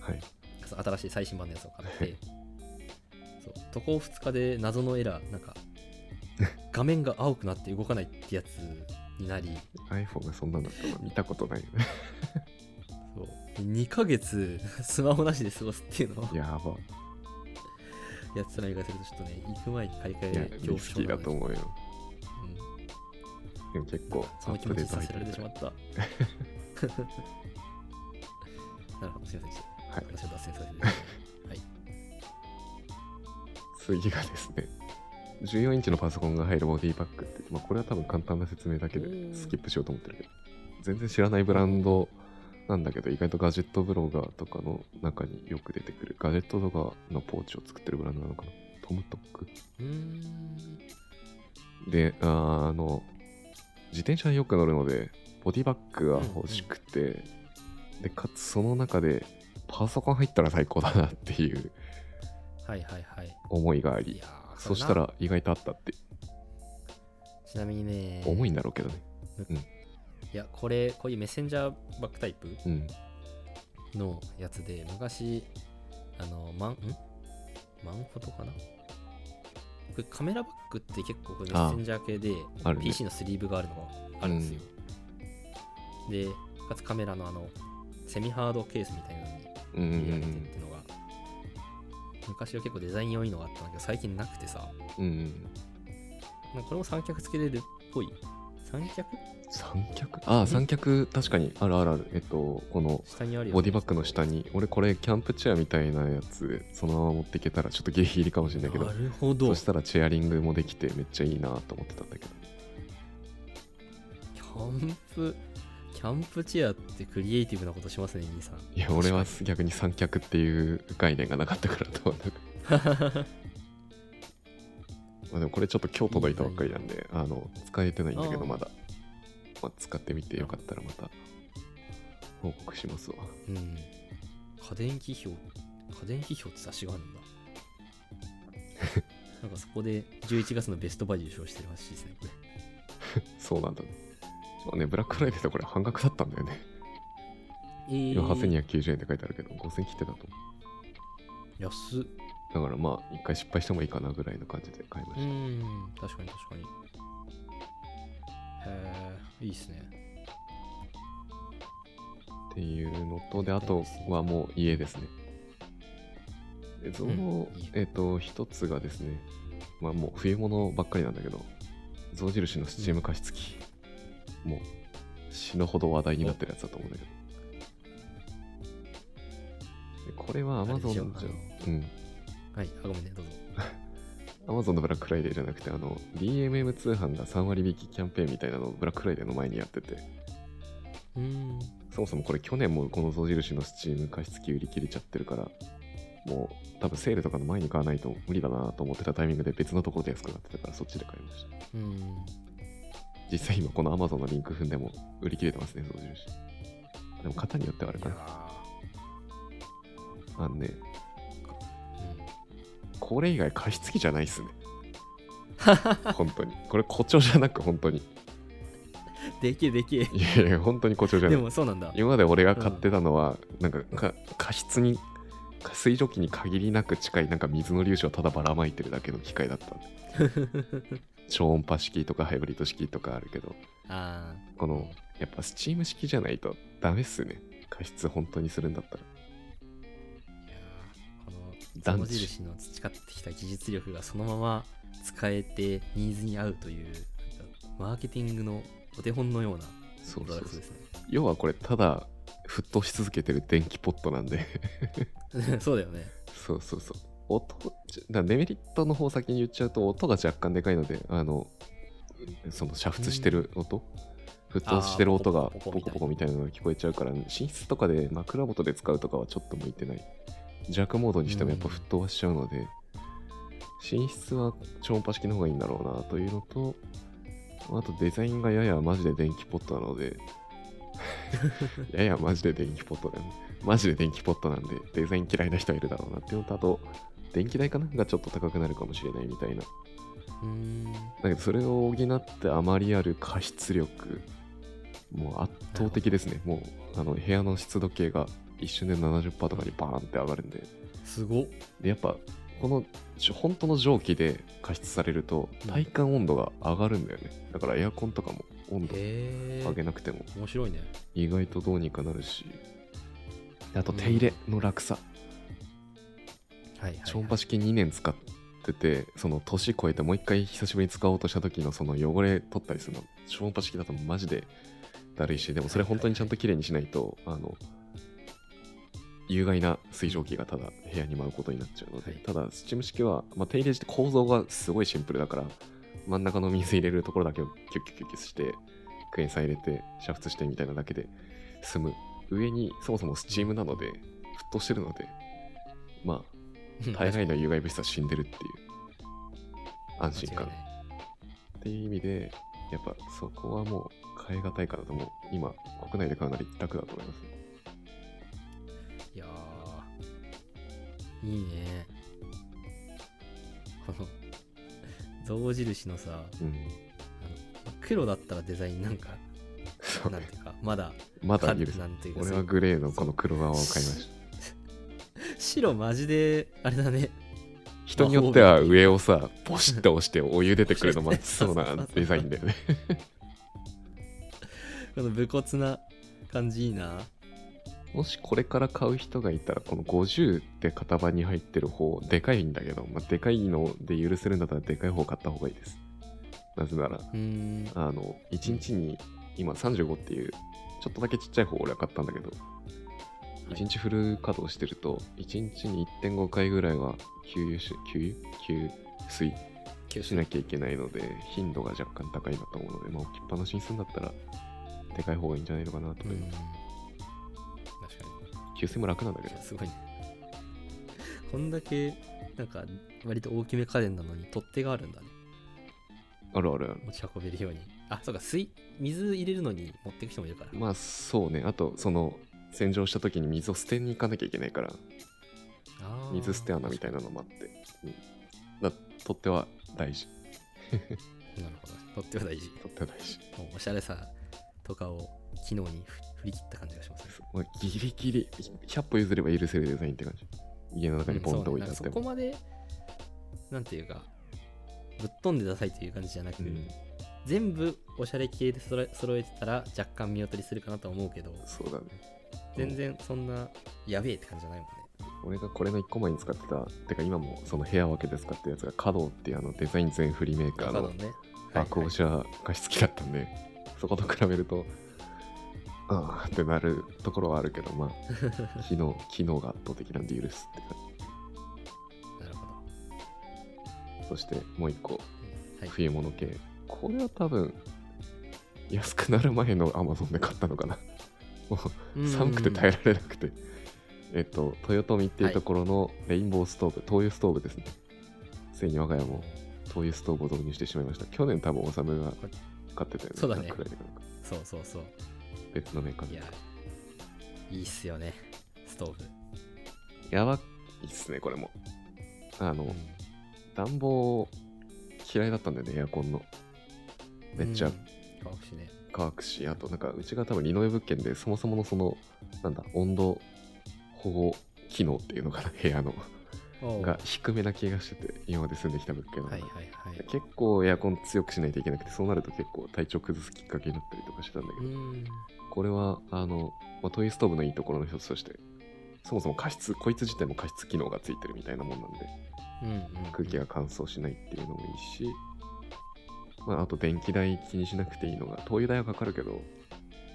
はい
そう新しい最新版のやつを買って、そう渡航2日で謎のエラー、なんか、画面が青くなって動かないってやつになり、
iPhone がそんなんだったの見たことないよね
そう2ヶ月 スマホなしで過ごすっていうのを
やば
やってたら言わせると、ちょっとね、行く前に買い
いや
替え
リスキーだと思うよ
うん
でも結構
その気持ちにさせられてしまっ
っ
た。なるほど、すいませんでした。
たはい
私は脱線させていただきました。はい。
次がですね14インチのパソコンが入るボディバッグって、まあ、これは多分簡単な説明だけ
う
で
ん
スキップしようと思ってるけど全然知らないブランドなんだけど意外とガジェットブロガーとかの中によく出てくるガジェットとかのポーチを作ってるブランドなのかなトムトック
うーん。
であーあの自転車によく乗るのでボディバッグが欲しくて、でかつその中でパソコン入ったら最高だなっていう
はいはいはい。
思いがあ
い
り
やー
そした。
れな
ら意外とあったって
ちなみにね、
重い
い
んだろうけどね
や、これ、こういうメッセンジャーバックタイプ
うん
のやつで、昔、あの、マン、んマンホとかなこれカメラバッグって結構これメッセンジャー系で、
あるね
PC のスリーブがあるのがあるんですよ。で、かつカメラのあの、セミハードケースみたいなのに
うんうん
入れられてっていうのが、昔は結構デザイン用いいのがあったんだけど最近なくてさ
うんうん
なんかこれも三脚つけれるっぽい三脚
三脚ああ三脚確かにあるあるあるえっとこの
下にあるよね
ボディバッグの下に俺これキャンプチェアみたいなやつそのまま持っていけたらちょっとギリギリかもしれないけど
なるほど
そしたらチェアリングもできてめっちゃいいなと思ってたん だけど
キャンプキャンプチェアってクリエイティブなことしますね兄さん
いや俺は逆に三脚っていう概念がなかったからと思う まあでもこれちょっと今日届いたばっかりなんであの使えてないんだけどまだまあ、使ってみてよかったらまた報告しますわ。
うん。家電批評、家電批評って雑誌がある んだ。なんかそこで11月のベストバイ受賞してるらしいですね、これ。
そうなんだね。そうね、ブラックフライデーとこれ半額だったんだよね。
えー
今8290円って書いてあるけど、5000切ってたと思
安っ。
う。だからまあ、一回失敗してもいいかなぐらいの感じで買いま
う
した。
ん、確かに確かに。へえ、いいっすね。
っていうのと、で、あとはもう家ですね。でその、
うん家
えっ、と、一つがですね、まあもう冬物ばっかりなんだけど、象印のスチーム加湿器。もう、死ぬほど話題になってるやつだと思うんだけど。でこれは
あれで
Amazon
し
じ
ょ
ゃ
あの、
うん。
はい、あ、ごめんね、どうぞ。
Amazon のブラックフライデーじゃなくて、あの、DMM 通販が3割引きキャンペーンみたいなのをブラックフライデーの前にやってて、
うん。
そもそもこれ去年もこの象印のスチーム加湿器売り切れちゃってるから、もう多分セールとかの前に買わないと無理だなと思ってたタイミングで別のところで安くなってたからそっちで買いまし
う
た。
ん。
実際今この Amazon のリンク踏んでも売り切れてますね、象印。でも型によってはあれ
い
か
や
な。あのね、
ーうん
これ以外加湿器じゃないっすね。本当に。これ誇張じゃなく本当に。
でけえでけえ。
いやいや、本当に誇張じゃな
で
い。
もそうなんだ。
今まで俺が買ってたのは、なんかか加湿にか水蒸気に限りなく近いなんか水の粒子をただばらまいてるだけの機械だったんで超音波式とかハイブリッド式とかあるけど
あ
このやっぱスチーム式じゃないとダメっすね加湿本当にするんだったら
あ。いやーこの
団地
象印の培ってきた技術力がそのまま使えてニーズに合うというなんかマーケティングのお手本のような
そう
プロダ
そうそ
クト
う
です
要はこれただ沸騰し続けてる電気ポットなんで
ね。 そうだよね。
そうそうそう音じゃだからデメリットの方先に言っちゃうと音が若干でかいのであのその煮沸してる音、沸騰してる音が
あーポコポ
ポ
コ
コポコみたいなのが聞こえちゃうから、寝室とかで枕元で使うとかはちょっと向いてない弱モードにしてもやっぱ沸騰はしちゃうので、寝室は超音波式の方がいいんだろうなというのとあとデザインがややマジで電気ポットなのでややマジで電気ポットだよねマジで電気ポットなんでデザイン嫌いな人はいるだろうなっていうのとあと電気代かながちょっと高くなるかもしれないみたいな
うーん。
だけどそれを補ってあまりある加湿力もう圧倒的ですねもうあの部屋の湿度計が一瞬で70%とかにバーンって上がるんです
ごっ。
でやっぱこのじょ本当の蒸気で加湿されると体感温度が上がるんだよねだからエアコンとかも温度
へ
上げ
え。
なくても
面白いね。
意外とどうにかなるしであと手入れの楽さ、
はいはい、はい。
超音波式2年使っててその年越えてもう一回久しぶりに使おうとした時のその汚れ取ったりするの超音波式だとマジでだるいしでもそれ本当にちゃんと綺麗にしないとあの有害な水蒸気がただ部屋に舞うことになっちゃうので、
はい
ただスチーム式は、まあ、手入れして構造がすごいシンプルだから真ん中の水入れるところだけをキュッキュッキュッキュッしてクエン酸入れて煮沸してみたいなだけで済む上にそもそもスチームなので沸騰してるのでまあ
うん
大概の有害物質は死んでるっていう安心
間違
感
いない
っていう意味でやっぱそこはもう変え難いかなと思う今国内で買うなり楽だと思います
いやーいいね。この、象印のさ、
うん
あの黒だったらデザインなんか、
そう
なん
ね
ていうか、まだ、
ま
か
だ許せ
なんていうか
俺
そ
は
う
グレーのこの黒側を買いまし
そ
た
白マジで、あれだね。
人によっては上をさポシッと押してお湯出てくるの待ちそう
そうそ
な
うそう
デザインだよね
この武骨な感じいいな。
もしこれから買う人がいたらこの50って型番に入ってる方でかいんだけど、まあ、でかいので許せるんだったらでかい方買った方がいいですなぜなら
うーん。
あの、1日に今35っていう、ちょっとだけちっちゃい方俺は買ったんだけど、
い
1日フル稼働してると、1日に1.5回ぐらいは給油し、給油給水しなきゃいけないので、頻度が若干高いなと思うので、まあ置きっぱなしにするんだったら、でかい方がいいんじゃないのかなと
う
思い
ん。
ます。
確かに。
給水も楽なんだけ
い
ど
や、すごいね。こんだけ、なんか、割と大きめ家電なのに取っ手があるんだね。
あるあるある。
持ち運べるように。あそうか水水入れるのに持っていく人もいるから、
まあそうねあとその洗浄した時に水を捨てに行かなきゃいけないから
あー
水捨て穴みたいなのもあって、うんだとっては大事
なるほどとっては大事
とっては大事
もうおしゃれさとかを機能にふ振り切った感じがしますね
まあギリギリ100歩譲れば許せるデザインって感じ家の中にポンと置いてあっ
そ
て
うねなんかそ
も、
こまでなんていうかぶっ飛んでダサいという感じじゃなく、
うん
全部おしゃれ系でそろ揃えてたら若干見劣りするかなとは思うけど
そうだね
全然そんなやべえって感じじゃないもんね
俺がこれの1個前に使ってたてか今もその部屋分けで使ってるやつがカドーっていうあのデザイン全フリーメーカー
中
の
のね
爆
はい
音車が好きだったんでそこと比べるとああってなるところはあるけどま あ機能機能が圧倒的なんで許すって感
なるほど、
じそしてもう1個
はい、
冬物系、これは多分安くなる前の Amazon で買ったのかなもう寒くて耐え
る
られなくて。えっと、豊臣っていうところのレインボーストーブ、灯油ストーブですね。ついに我が家も灯油ストーブを導入してしまいました。去年多分おさむが買ってたよね。
そうだね
くらいでなんか
そうそうそう
別のメーカー
い
で
や。いいっすよねストーブ
やばいっすね、これも。あの、暖房嫌いだったんだよね、エアコンの。めっち
う
ゃ
ん乾くしね
乾くし、あとなんかうちが多分リノベ物件でそもそものその、なんだ、温度保護機能っていうのかな、部屋の。
おう
が低めな気がしてて今まで住んできた物件の
は
中
い
で、
はい はい
結構エアコン強くしないといけなくてそうなると結構体調崩すきっかけになったりとかしてたんだけ
う
ど、
ん
これはあの、まあ、トイストーブのいいところの一つとしてそもそも加湿こいつ自体も加湿機能がついてるみたいなもんなんで
うんうんうん
空気が乾燥しないっていうのもいいし、まあ、あと電気代気にしなくていいのが灯油代はかかるけど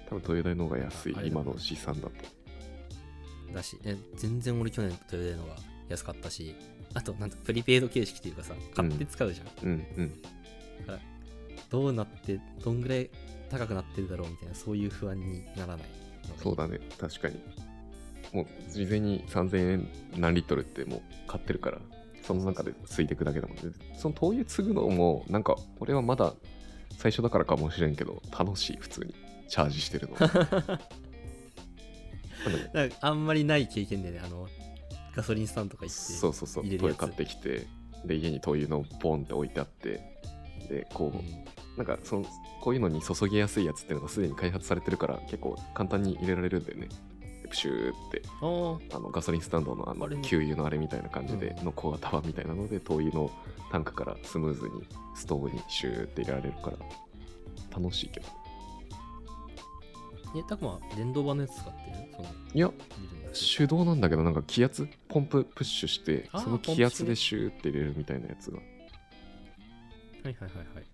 多分灯油代の方が安い
ああれだ
今の資産だと
だし、え全然俺去年というのが安かったし、あと、なんとプリペイド形式っていうかさ、買って使うじゃん。
うんうん
どうなって、どんぐらい高くなってるだろうみたいな、そういう不安にならないのがいい
そうだね、確かに。もう事前に3000円何リットルってもう買ってるから、その中でついていくだけだもんね。その灯油継ぐのも、なんか俺はまだ最初だからかもしれんけど、楽しい、普通に。チャー ジしてるの。まあでも
なんかあんまりない経験でね、あの、ガソリンスタンドとか行って、
そうそうそう、
入れる
灯
や
油
つ
買ってきて、で、家に灯油のボンって置いてあって、で、こう、
ん
なんかその、こういうのに注ぎやすいやつっていうのがすでに開発されてるから、結構簡単に入れられるんだよね。でプシューって
おー
あのガソリンスタンドのあの
あれね
給油のあれみたいな感じで
うん
の小型版みたいなので灯油のタンクからスムーズにストーブにシューって入れられるから楽しいけど
え、たくま、電動版のやつ使ってるその、
いや
見るんだけど
手動なんだけどなんか気圧ポンププッシュして
あー
その気圧でシューって入れるみたいなやつが
はいはいはいはい。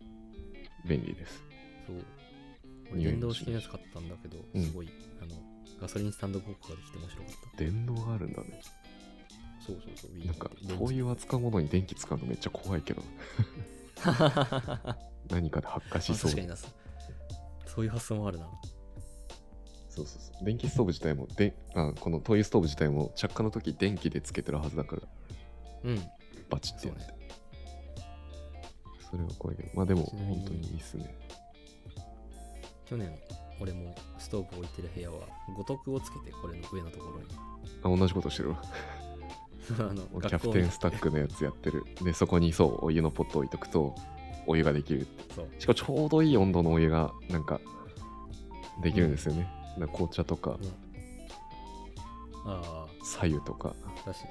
便利です
そう。
匂い
電
もしない
動式のやつ買ったんだけど、
うん
すごい、あの、ガソリンスタンドごっこができて面白かった。
電動があるんだね
そうそうそう、ウィーン
なんか
って電池
灯油を扱うものに電気使うのめっちゃ怖い けど何かで発火し
あ
そう
確かになそそういう発想もあるな
そうそうそう電気ストーブ自体もであこの灯油ストーブ自体も着火の時電気でつけてるはずだから
うん
バチって
そう
やって
ね
それは怖いけど、まあでも
ちなみに
本当にいいっすね。
去年俺もストーブ置いてる部屋は五徳をつけてこれの上のところに
あ同じことしてるわ。
あの
キャ
学
プ
校
テンスタックのやつやってる。で、そこにそう、お湯のポット置いとくと、お湯ができるって。
そう
しかもちょうどいい温度のお湯が、なんか、できるんですよね。なんか紅茶とか、
ねあ
白湯とか、
あだし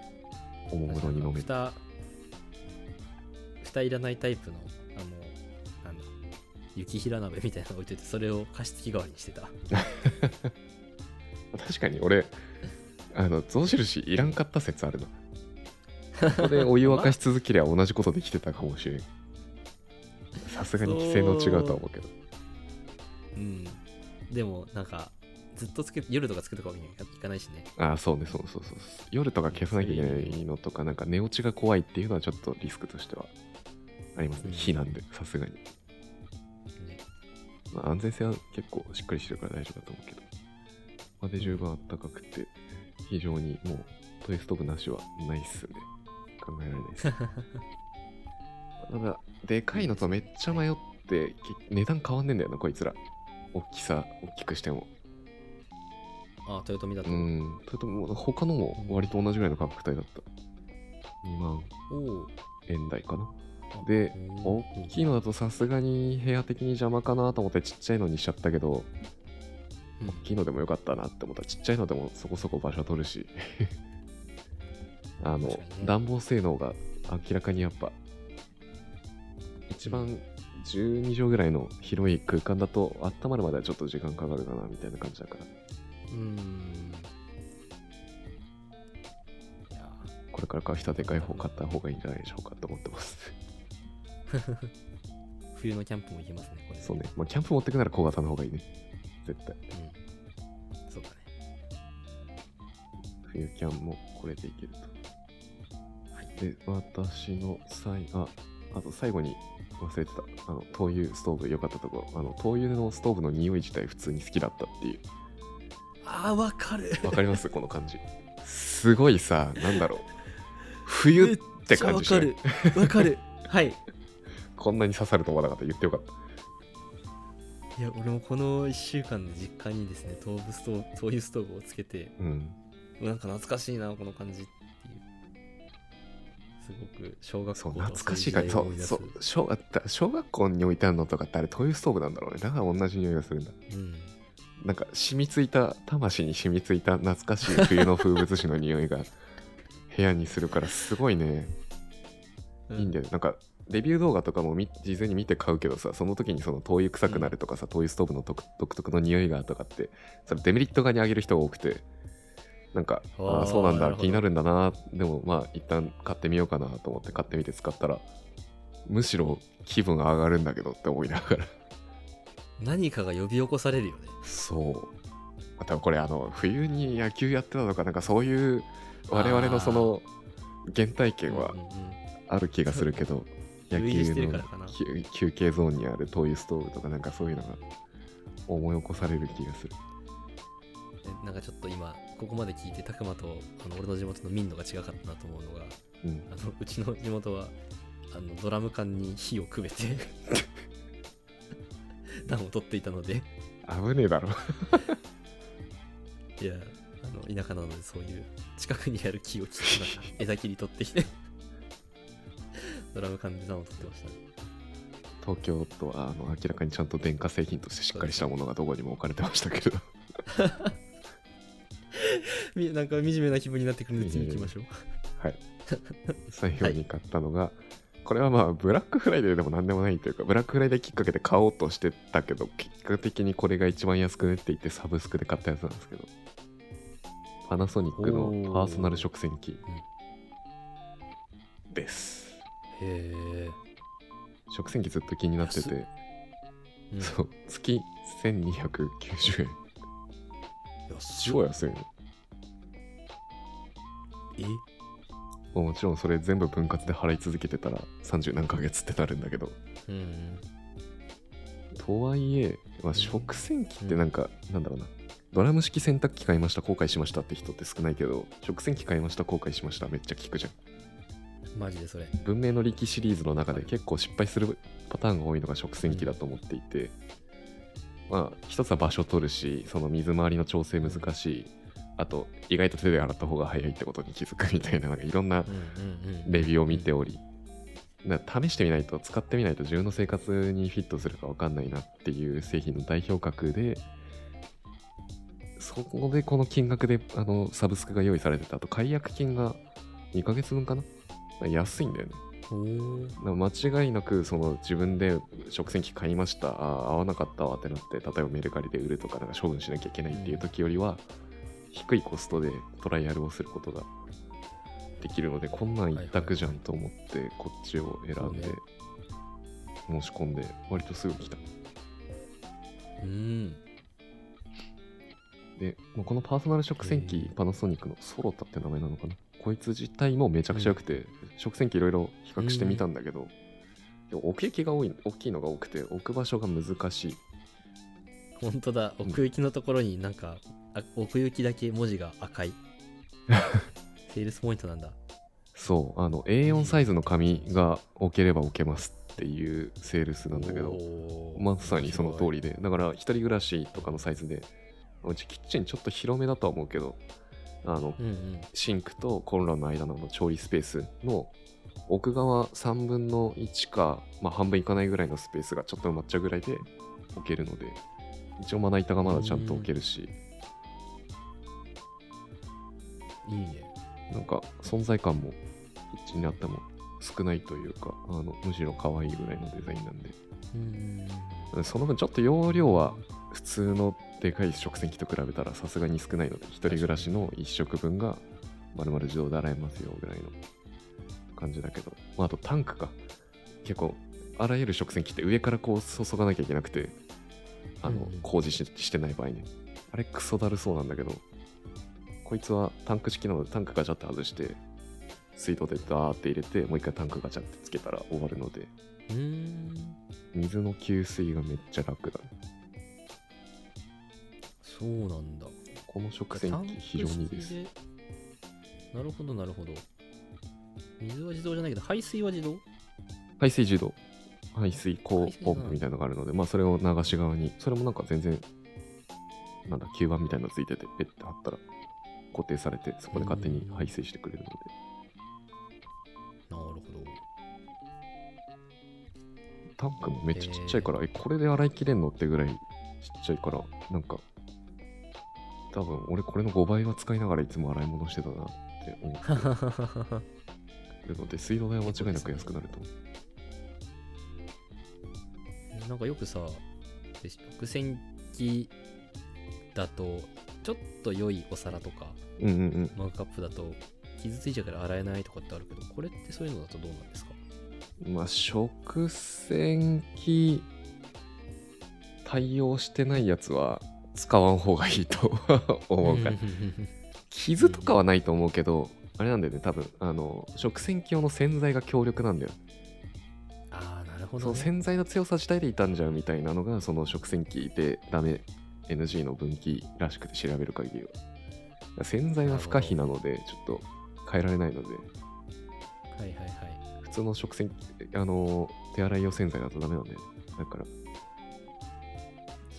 おもむろに飲める。
蓋蓋いらないタイプのあのなんだ雪平鍋みたいなの置いといてそれを加湿器代わりにしてた
確かに俺、あの、象印いらんかった説あるな。ここでお湯沸 かし続けりゃ同じことできてたかもしれん。さすがに性能違うとは思うけど。
うんでもなんかずっとつけ夜とかつけとかわけにはいかないしね
ああ、そうね、そうそうそうそう。夜とか消さなきゃいけないのとか、なんか寝落ちが怖いっていうのはちょっとリスクとしてはあります
う
ね。
ん
避難で、さすがに。
ね
まあ、安全性は結構しっかりしてるから大丈夫だと思うけど。まあで十分あったかくて、非常にもうトイストーブなしはないっすね。考えられないです。ただ、でかいのとめっちゃ迷っってけ値段変わんねえんだよなこいつら大きさ大きくしても
ああ、豊臣だと。
うんそれとも他のも割と同じぐらいの価格帯だった2万
おお。
円台かな
あ
で
うん
大きいのだとさすがに部屋的に邪魔かなと思ってちっちゃいのにしちゃったけど
うん
大きいのでもよかったなって思ったちっちゃいのでもそこそこ場所取るし あの、
確かにね
暖房性能が明らかにやっぱ一番12畳ぐらいの広い空間だと温まるまではちょっと時間かかるかなみたいな感じだから
うん。いや
これから買う人はでかい方買った方がいいんじゃないでしょうかと思ってます
ー冬のキャンプも行けますね、これ。
そうね、まあ、キャンプ持ってくなら小型の方がいいね絶対
うん。そうだね。
冬キャンもこれでいけると。
はい
で、私の最後、あ、あと最後に忘れてた、あの、灯油ストーブ良かったところ、あの、灯油のストーブの匂い自体普通に好きだったってい
ああ、わかる。
う。わかりま すこの感じ。すごいさ、なんだろう。冬って感じしない
めっちゃわかる。わかる。はい。
こんなに刺さると思わなかった。言ってよかった。
いや、俺もこの1週間で実家にですね、豆腐ストーブ、灯油ストーブをつけて、
うん。
なんか懐かしいな、この感じっていう。すごく小学校
そう、
とか
懐かしい感じ。そう、そう、小学小学校に置いてあるのとかってあれ、灯油ストーブなんだろうね。だから同じ匂いがするんだ。
ういう時代を思い出すうん。
なんか染みついた魂に染みついた懐かしい冬の風物詩の匂いが部屋にするからすごいね
う
いいんだよ、ね、なんかレビュー動画とかも見事前に見て買うけどさその時にその灯油臭くなるとかさ、灯油ストーブの独独特の匂いがとかってそれデメリット側に上げる人が多くてなんか
あ
あ
ー
ーそうなん
な
だ
るほど
気になるんだなでもまあ一旦買ってみようかなと思って買ってみて使ったらむしろ気分が上がるんだけどって思いながら
何かが呼び起こされるよね。
そう。またこれあの冬に野球やってたとかなんかそういう我々のその原体験は
うんうんうん
ある気がするけど、
うん
野
類似して
球
るか
の
らかな
休休憩ゾーンにある灯油ストーブとかなんかそういうのが思い起こされる気がする。
えなんかちょっと今ここまで聞いてたくまとあの俺の地元の民度が違かったなと思うのが
うん
あ、のうちの地元はあのドラム缶に火をくべて 暖を取っていたので
危ねえだろ。
いやあの田舎なのでそういう近くにある木を切ってなんか枝切り取ってき てドラム缶で暖を取ってましたね
東京とはあの明らかにちゃんと電化製品としてしっかりしたものがどこにも置かれてましたけど。
みなんか惨めな気分になってくるので次行きましょう
はい。最後に買ったのが、これはまあ、ブラックフライデーでも何でもないというか、ブラックフライデーきっかけで買おうとしてたけど、結果的にこれが一番安くねって言ってサブスクで買ったやつなんですけど、パナソニック
おー
のパーソナル食洗機です。
へ
食洗機ずっと気になって
安
て、
え
そう、月1290円。
うん
超安いね。
え
もちろんそれ全部分割で払い続けてたら30何ヶ月ってなるんだけど、
うん
とはいえ、まあ、食洗機ってなんか、なんだろうなドラム式洗濯機買いました後悔しましたって人って少ないけど食洗機買いました後悔しましためっちゃ聞くじゃん
マジでそれ
文明の利器シリーズの中で結構失敗するパターンが多いのが食洗機だと思っていて、まあ一つは場所取るしその水回りの調整難しいあと意外と手で洗った方が早いってことに気づくみたいななんかいろんな
うんうんうん
レビューを見ており、な試してみないと、使ってみないと自分の生活にフィットするか分かんないなっていう製品の代表格で、そこでこの金額であのサブスクが用意されてたあと、解約金が2ヶ月分かな安いんだよね。
おー
だから間違いなくその自分で食洗機買いました、あー合わなかったわってなって、例えばメルカリで売るとか、なんか処分しなきゃいけないっていう時よりは、低いコストでトライアルをすることができるので、こんなん一択じゃんと思って、こっちを選んで
そうね、
申し込んで、割とすぐ来た。
うん
で、まあこのパーソナル食洗
へ
機
ー、
パナソニックのソロタって名前なのかなこいつ自体もめちゃくちゃ良くて、食洗機いろいろ比較してみたんだけど、でも奥行きが多い大きいのが多くて、置く場所が難しい。
本当だ奥行きのところになんか、あ奥行きだけ文字が 赤いセールスポイントなんだ
そう、あの A4 サイズの紙が置ければ置けますっていうセールスなんだけど、
おー
まさにその通り
面
で、だから、一人暮らしとかのサイズで、うちキッチンちょっと広めだとは思うけど、あの、
白いうんうん
シンクとコンロの間のあの調理スペースの奥側3分の1か、まあ、半分いかないぐらいのスペースがちょっと埋まっちゃうぐらいで置けるので一応まな板がまだちゃんと置けるし
いいね
なんか存在感もキッチンにあっても少ないというかあのむしろ可愛いぐらいのデザインなんで
うん
その分ちょっと容量は普通のでかい食洗機と比べたらさすがに少ないので一人暮らしの1食分が丸々自動で洗えますよぐらいの感じだけど、まあ、あとタンクか結構あらゆる食洗機って上からこう注がなきゃいけなくてあの
うんうん
工事ししてない場合ねあれクソだるそうなんだけどこいつはタンク式なのでタンクガチャって外して水道でダーって入れてもう一回タンクガチャってつけたら終わるので
うん
水の給水がめっちゃ楽だ
そうなんだ
この食洗機非常にいいです。
タンク式でなるほどなるほど水は自動じゃないけど排水は自動
排水自動、排水口
排水
ポ
な
ンプみたいなのがあるので、まあそれを流し側に、それもなんか全然、なんだ、吸盤みたいなのついてて、ペッて貼ったら固定されて、そこで勝手に排水してくれるので、
なるほど
タンクもめっちゃちっちゃいから、え、これで洗いきれんのってぐらいちっちゃいから、なんか、多分俺これの5倍は使いながらいつも洗い物してたなって思って るので、水道代は間違いなく安くなると思う。
なんかよくさ食洗機だとちょっと良いお皿とか
うんうんうん。
マグカップだと傷ついちゃうから洗えないとかってあるけどこれってそういうのだとどうなんですか
まあ、食洗機対応してないやつは使わん方がいいと 思うから、傷とかはないと思うけど、あれなんだよね多分あの食洗機用の洗剤が強力なんだよ、
ああなるほ
そ
ど、
の
ね、
洗剤の強さ自体で傷んじゃうみたいなのがその食洗機でダメ NG の分岐らしくて調べる限りは洗剤は不可避なのでちょっと変えられないので
はいはいはい
普通の食洗機あの手洗い用洗剤だとダメなんだよねだから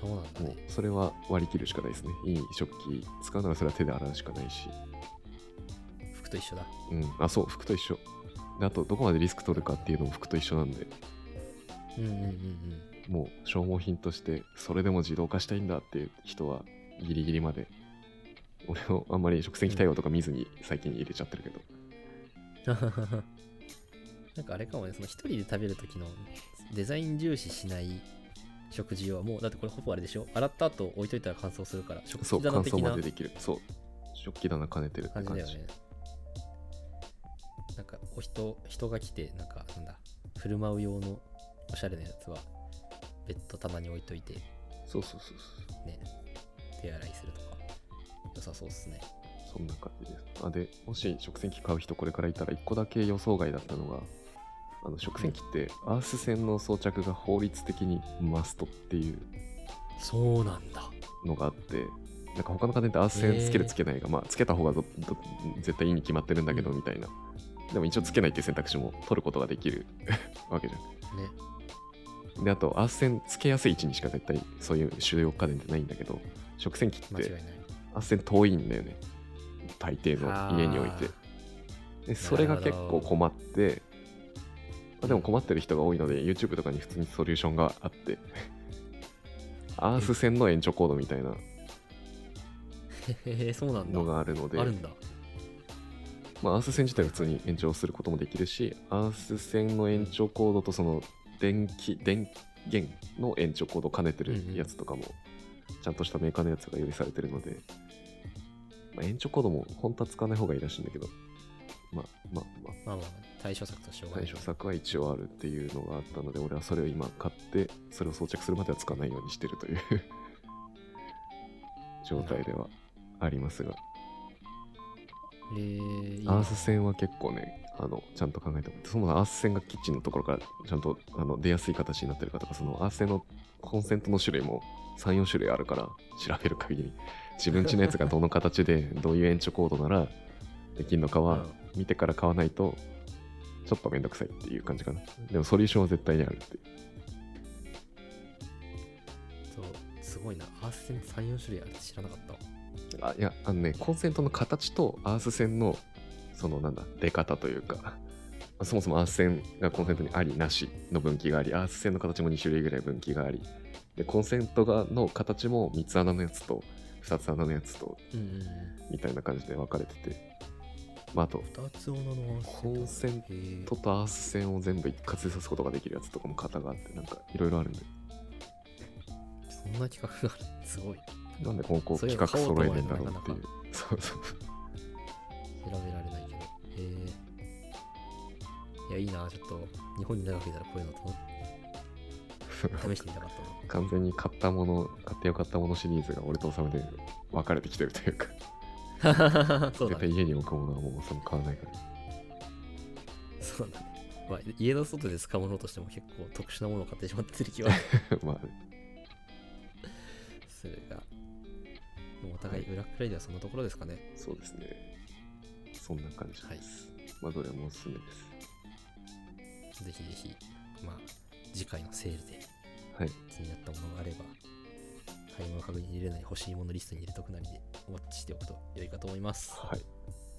そうなんだ
もう
ね
それは割り切るしかないですね。いい食器使うならそれは手で洗うしかないし。
服と一緒だ
うん。あ、そう、服と一緒。であと、どこまでリスク取るかっていうのも服と一緒なんで、
うんうんうん
もう消耗品として、それでも自動化したいんだっていう人は、ギリギリまで、俺をあんまり食洗機対応とか見ずに最近入れちゃってるけど、
うんなん かあれかもねその一人で食べる時のデザイン重視しない食事はもうだってこれほぼあれでしょ洗った後置いといたら乾燥するから食
そう、
器
乾
棚的
燥ま
な
でできる。そう、食器棚兼ねてるって
感じ
感
だ
じ。
よね。なんかお人人が来てなんかなんだ振る舞う用のおしゃれなやつはベッド棚に置いといて
そうそうそうそう。
ね手洗いするとか良さそうっすね。
そんな感じです。あで、もし食洗機買う人これからいたら、1個だけ予想外だったのが、あの食洗機ってアース線の装着が法律的にマストっていう
そうなんだ。
のがあって、なんか他の家電ってアース線つける
へー
つけないが、まあつけた方がどど絶対いいに決まってるんだけど
うん
みたいな。でも一応つけないっていう選択肢も取ることができる わけじ
ね。
ゃん。で、あとアース線つけやすい位置にしか絶対そういう主要家電ってないんだけど、食洗機っ
間違いな
て
い。
アース線遠いんだよね。大抵の家において
あー。。
でそれが結
なるほど
構困って、まあ、でも困ってる人が多いので YouTube とかに普通にソリューションがあってアース線の延長コードみたいな
へえそうなんだ。
のがあるので
あるんだ。
まあ、アース線自体は普通に延長することもできるしアース線の延長コードとその電気電源の延長コードを兼ねてるやつとかもちゃんとしたメーカーのやつが用意されてるので、まあ、延長コードも本当は使わない方がいいらしいんだけどまあまあまあ
まあまあ対処策としょうがな
対
い
処。策は一応あるっていうのがあったので俺はそれを今買ってそれを装着するまでは使わないようにして るという状態ではありますが
えー、いいな
アース線は結構ねあのちゃんと考えてもらってそもそもアース線がキッチンのところからちゃんとあの出やすい形になってるかとかそのアース線のコンセントの種類も34種類あるから調べる限り自分家のやつがどの形でどういう延長コードならできるのかは見てから買わないとちょっとめんどくさいっていう感じかな。でもソリューションは絶対にあるっていう。
そうすごいなアース線34種類あるって知らなかったわ
あいや、あのね、コンセントの形とアース線の、そのなんだ、出方というか、まあそもそもアース線がコンセントにあり、なしの分岐があり、アース線の形も2種類ぐらい分岐があり、で、コンセントがの形も3つ穴のやつと、2つ穴のやつと、
うんうんうん
みたいな感じで分かれてて、まあ、あと、
2つ女の
コンセン
トへ
トとアース線を全部一括で刺すことができるやつとかも型があって、なんかいろいろあるんで、
えそんな企画があるすごい
なんでこうこう
そうい
企
うの
画揃えてんだろうってい
買おうと思えばなか。
うそうそう。
調べられないけどへえいやいいなちょっと日本に長くいたらこういうのと試してみたかったな
完全に買ったもの買ってよかったものシリーズが俺とおさめで分かれてきてるというか
そうだ
絶対
ね。
家に置くものはもうその買わないから
そうだね。まあ、家の外で使うものとしても結構特殊なものを買ってしまってる 気は
ま
するが。でもお互いブラックフライデーはそんなところですかね。
あそうですねそんな感じです、
はい
まあどれもおすすめです
ぜひぜひ、まあ、次回のセールで
はい
気になったものがあれば、買い物かごに入れない欲しいものリストに入れとくなりでお待ちしておくと良いかと思います。
はい、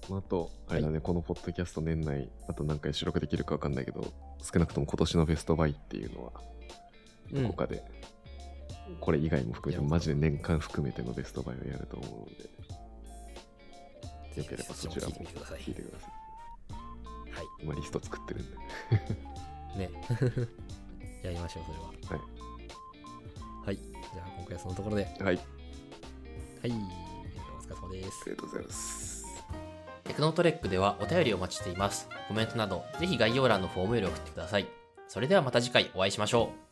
まあ、あとあれだね、このポッドキャスト年内あと何回収録できるか分かんないけど少なくとも今年のベストバイっていうのは
うん
どこかで、これ以外も含め
や
て
る
マジで年間含めてのベストバイをやると思うので
ぜ
よ
ひ
ければそ
そ
ち
ち
ら
らも
も
聞いてみてください。
聞いてください
は
今リスト作ってるんで
い。ね。 やりましょう、それは。はい。はい。じゃあ、今回はそのところで。はい。
はい
お疲れ様です
あり。がとうございます。
テクノトレックではお便りをお待ちしています。コメントなど、ぜひ概要欄のフォームより送ってください。それではまた次回お会いしましょう。